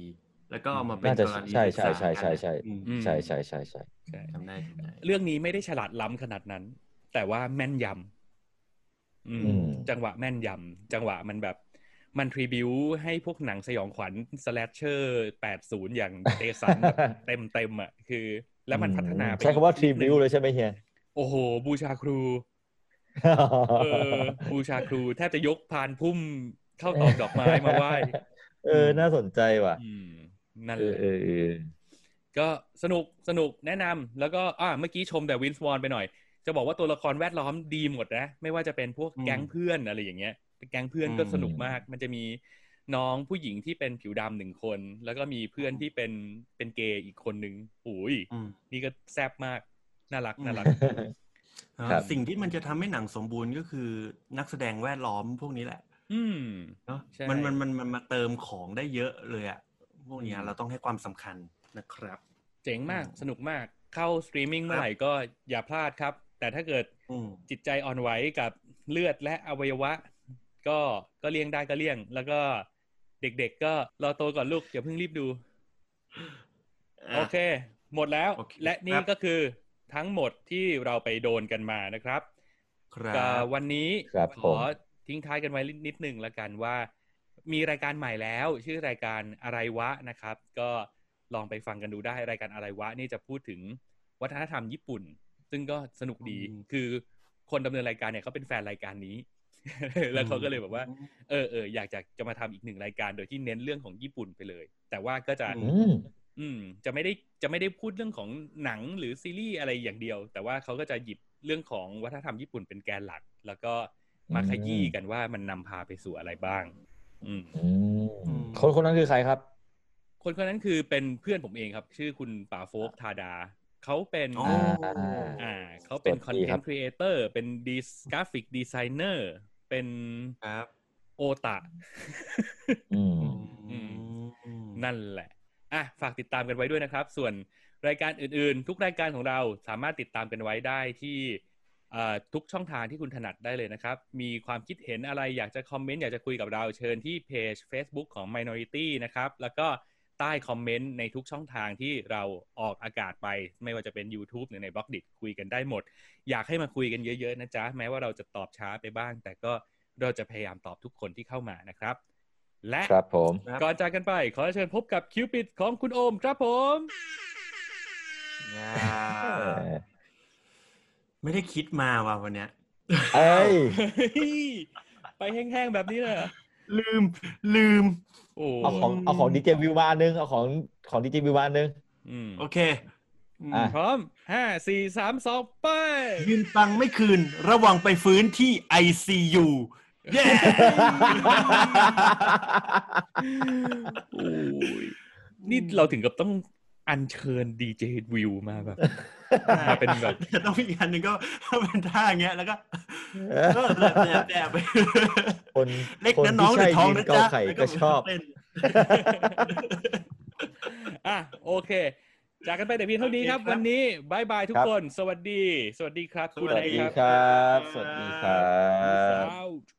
D: แล้วก็เอามาเป็น
C: น่าจะ
D: กรณี
C: ใช่
D: ศึก
C: ใช่
D: ษา
C: ใช่
D: กัน
C: ใช่ใช่
D: อืม
B: อืม
C: ใช่ใช่ใช่ใช่
B: ใช่
D: จำได้จำได้
B: เรื่องนี้ไม่ได้ฉลาดล้ำขนาดนั้น แต่ว่าแม่นยำอืม
C: อืม
B: จังหวะแม่นยำจังหวะมันแบบ มันทริบิวให้พวกหนังสยองขวัญสแลชเชอร์80 อย่างเตสั นแบบเต็มเต็มๆอ่ะคือ แล้วมันพัฒนาไป
C: ใช้คำว่าทรี
B: อีกนิดนึ
C: บิ
B: ง
C: วเลยใช่ไหมเฮีย
B: โอ้โห บูชาครู เออบูชาครูแทบจะยกพานพุ่มเข้าตอกดอกไม้มาไหว้
C: เออ น่าสนใจว่ะ
B: อืม นั่น
C: เอ
B: แห
C: อ
B: ละ
C: เออเออ
B: ก็สนุกสนุกแนะนำแล้วก็อ่าเมื่อกี้ชมแต่วินสวอนไปหน่อย จะบอกว่าตัวละครแวดล้อมดีหมดนะ ไม่ว่าจะเป็นพวก
D: อืม
B: แก๊งเพื่อนอะไรอย่างเงี้ยแก๊งเพื่อนก็
D: อืม
B: สนุกมาก มันจะมีน้องผู้หญิงที่เป็นผิวดำหนึ่งคน แล้วก็มีเพื่อนที่เป็นเป็นเกย์อีกคนนึงโอ้ย
D: อืม
B: นี่ก็แซบมากน่ารัก
D: อืม
B: น่ารัก
D: นะครับ สิ่งที่มันจะทำให้หนังสมบูรณ์ก็คือนักแสดงแวดล้อมพวกนี้แหละ
B: อืม
D: เนาะ
B: ใช่
D: มันมันมันมันมาเติมของได้เยอะเลยอะพวกเนี้ย
B: อืม
D: เราต้องให้ความสำคัญนะครับ
B: เจ๋งมาก
D: อืม
B: สนุกมากเข้าสตรีมมิ่งเมื่อไหร่ก็อย่าพลาดครับ แต่ถ้าเกิด
D: อืม
B: จิตใจอ่อนไหวกับเลือดและอวัยวะ ก็ก็เลี่ยงได้ก็เลี่ยง แล้วก็เด็กๆก็รอโตก่อนลูกอย่าเพิ่งรีบดู
D: อ่ะ
B: โอเค หมดแล้ว
D: โอเค
B: และนี่
D: ครับ
B: ก็คือทั้งหมดที่เราไปโดนกันมานะครับ
D: ครั
B: ก็
D: บ
B: วันนี้
C: ครับ
B: ข
C: ผ
B: อ
C: ม
B: ทิ้งท้ายกันไว้นิดนึงละกันว่า มีรายการใหม่แล้ว ชื่อรายการอะไรวะนะครับ ก็ลองไปฟังกันดูได้รายการอะไรวะ นี่จะพูดถึงวัฒนธรรมญี่ปุ่น ซึ่งก็สนุกดี
D: อืม
B: คือคนดำเนินรายการเนี่ยเขาเป็นแฟนราย การนี้ แล้วเขาก็เลยแบบว่า เออเอออยากจะจะมาทำอีกหนึ่งรายการโดยที่เน้นเรื่องของญี่ปุ่นไปเลย แต่ว่าก็จะ
D: อื
C: อืม
B: อืมจะไม่ได้จะไม่ได้พูดเรื่องของหนังหรือซีรีส์อะไรอย่างเดียว แต่ว่าเขาก็จะหยิบเรื่องของวัฒนธรรมญี่ปุ่นเป็นแกนหลัก แล้วก็มา
C: อืม
B: ขยี้กันว่ามันนำพาไปสู่อะไรบ้าง อืม
C: อืมคนคนนั้นคือใครครับ
B: คนคนนั้นคือเป็นเพื่อนผมเองครับ ชื่อคุณป่าโฟกทาดา เขาเป็น
D: อ๋อ
C: อ่
B: อ่าเขาเป็น
C: ส
B: ค
C: วั
B: อ
C: ส
B: น
C: ดี
B: เท
C: ครั
B: น
C: บ
B: ต์ครีเอเตอร์เป็นดีกราฟิกดีไซเนอร์เป็น
D: ครับ
B: โอตะ
C: อืม
B: อื
D: อืม
B: นั่นแหละ อ่ะ ฝากติดตามกันไว้ด้วยนะครับ ส่วนรายการอื่นๆ ทุกรายการของเราสามารถติดตามกันไว้ได้ที่เอ่อทุกช่องทางที่คุณถนัดได้เลยนะครับ มีความคิดเห็นอะไรอยากจะคอมเมนต์ อยากจะคุยกับเราเชิญที่เพจ Facebook ของ Minority นะครับ แล้วก็ใต้คอมเมนต์ในทุกช่องทางที่เราออกอากาศไป ไม่ว่าจะเป็น YouTube หรือในบล็อกดิคุยกันได้หมด อยากให้มาคุยกันเยอะๆนะจ๊ะ แม้ว่าเราจะตอบช้าไปบ้าง แต่ก็เราจะพยายามตอบทุกคนที่เข้ามานะครับ และ
C: ครับผม
D: ครับ
B: ก่อนจากกันไป ขอเชิญพบกับคิวปิดของคุณโอมครับผม
D: อ่าไม่ได้คิดมาว่ะวันเนี้ย
C: เอ้ย
B: ไปแห้งๆแบบนี้เลยเหรอ
D: ลืมลืม
B: โอ้
C: เอาของเอาของดีเจวิวมาอันนึง เอาของของดีเจวิวมาอันนึง
B: อืม
D: โอเคม
C: อ่ะ
B: พร้อมห้าสี่สามสองไป
D: ยืนตังไม่คืน ระวังไปฟื้นที่ ICU เย้
B: โอ้ยนี่เราถึงกับต้องอัญเชิญดีเจวิวมา แบบ มาเป็นแบบ
D: ต้องมีอีกอันหนึ่งก็ เป็นท่าอย่างเงี้ยแล้ว ก็เออแบบแบบแบบ
C: คน
D: เล็ก
C: คน
D: นะน้
C: ที่
D: องหรือท้องนะ
C: ใช่ยิงเกา
D: จ๊ะ
C: ไข่ก็ชอบ
D: แล้วเต้น
B: อ่ะโอเค จากกันไปแต่เพียงเท่านี้ครับ
D: โอเคค
B: วั
D: รับ
B: นนี้บายบายทุก
C: ครับ
B: คน สวัสดี สวัสดีครับ
C: สวัส
B: ณ
C: ดี
B: เอก
C: ครับ สวัสดีครั
B: ครับ บ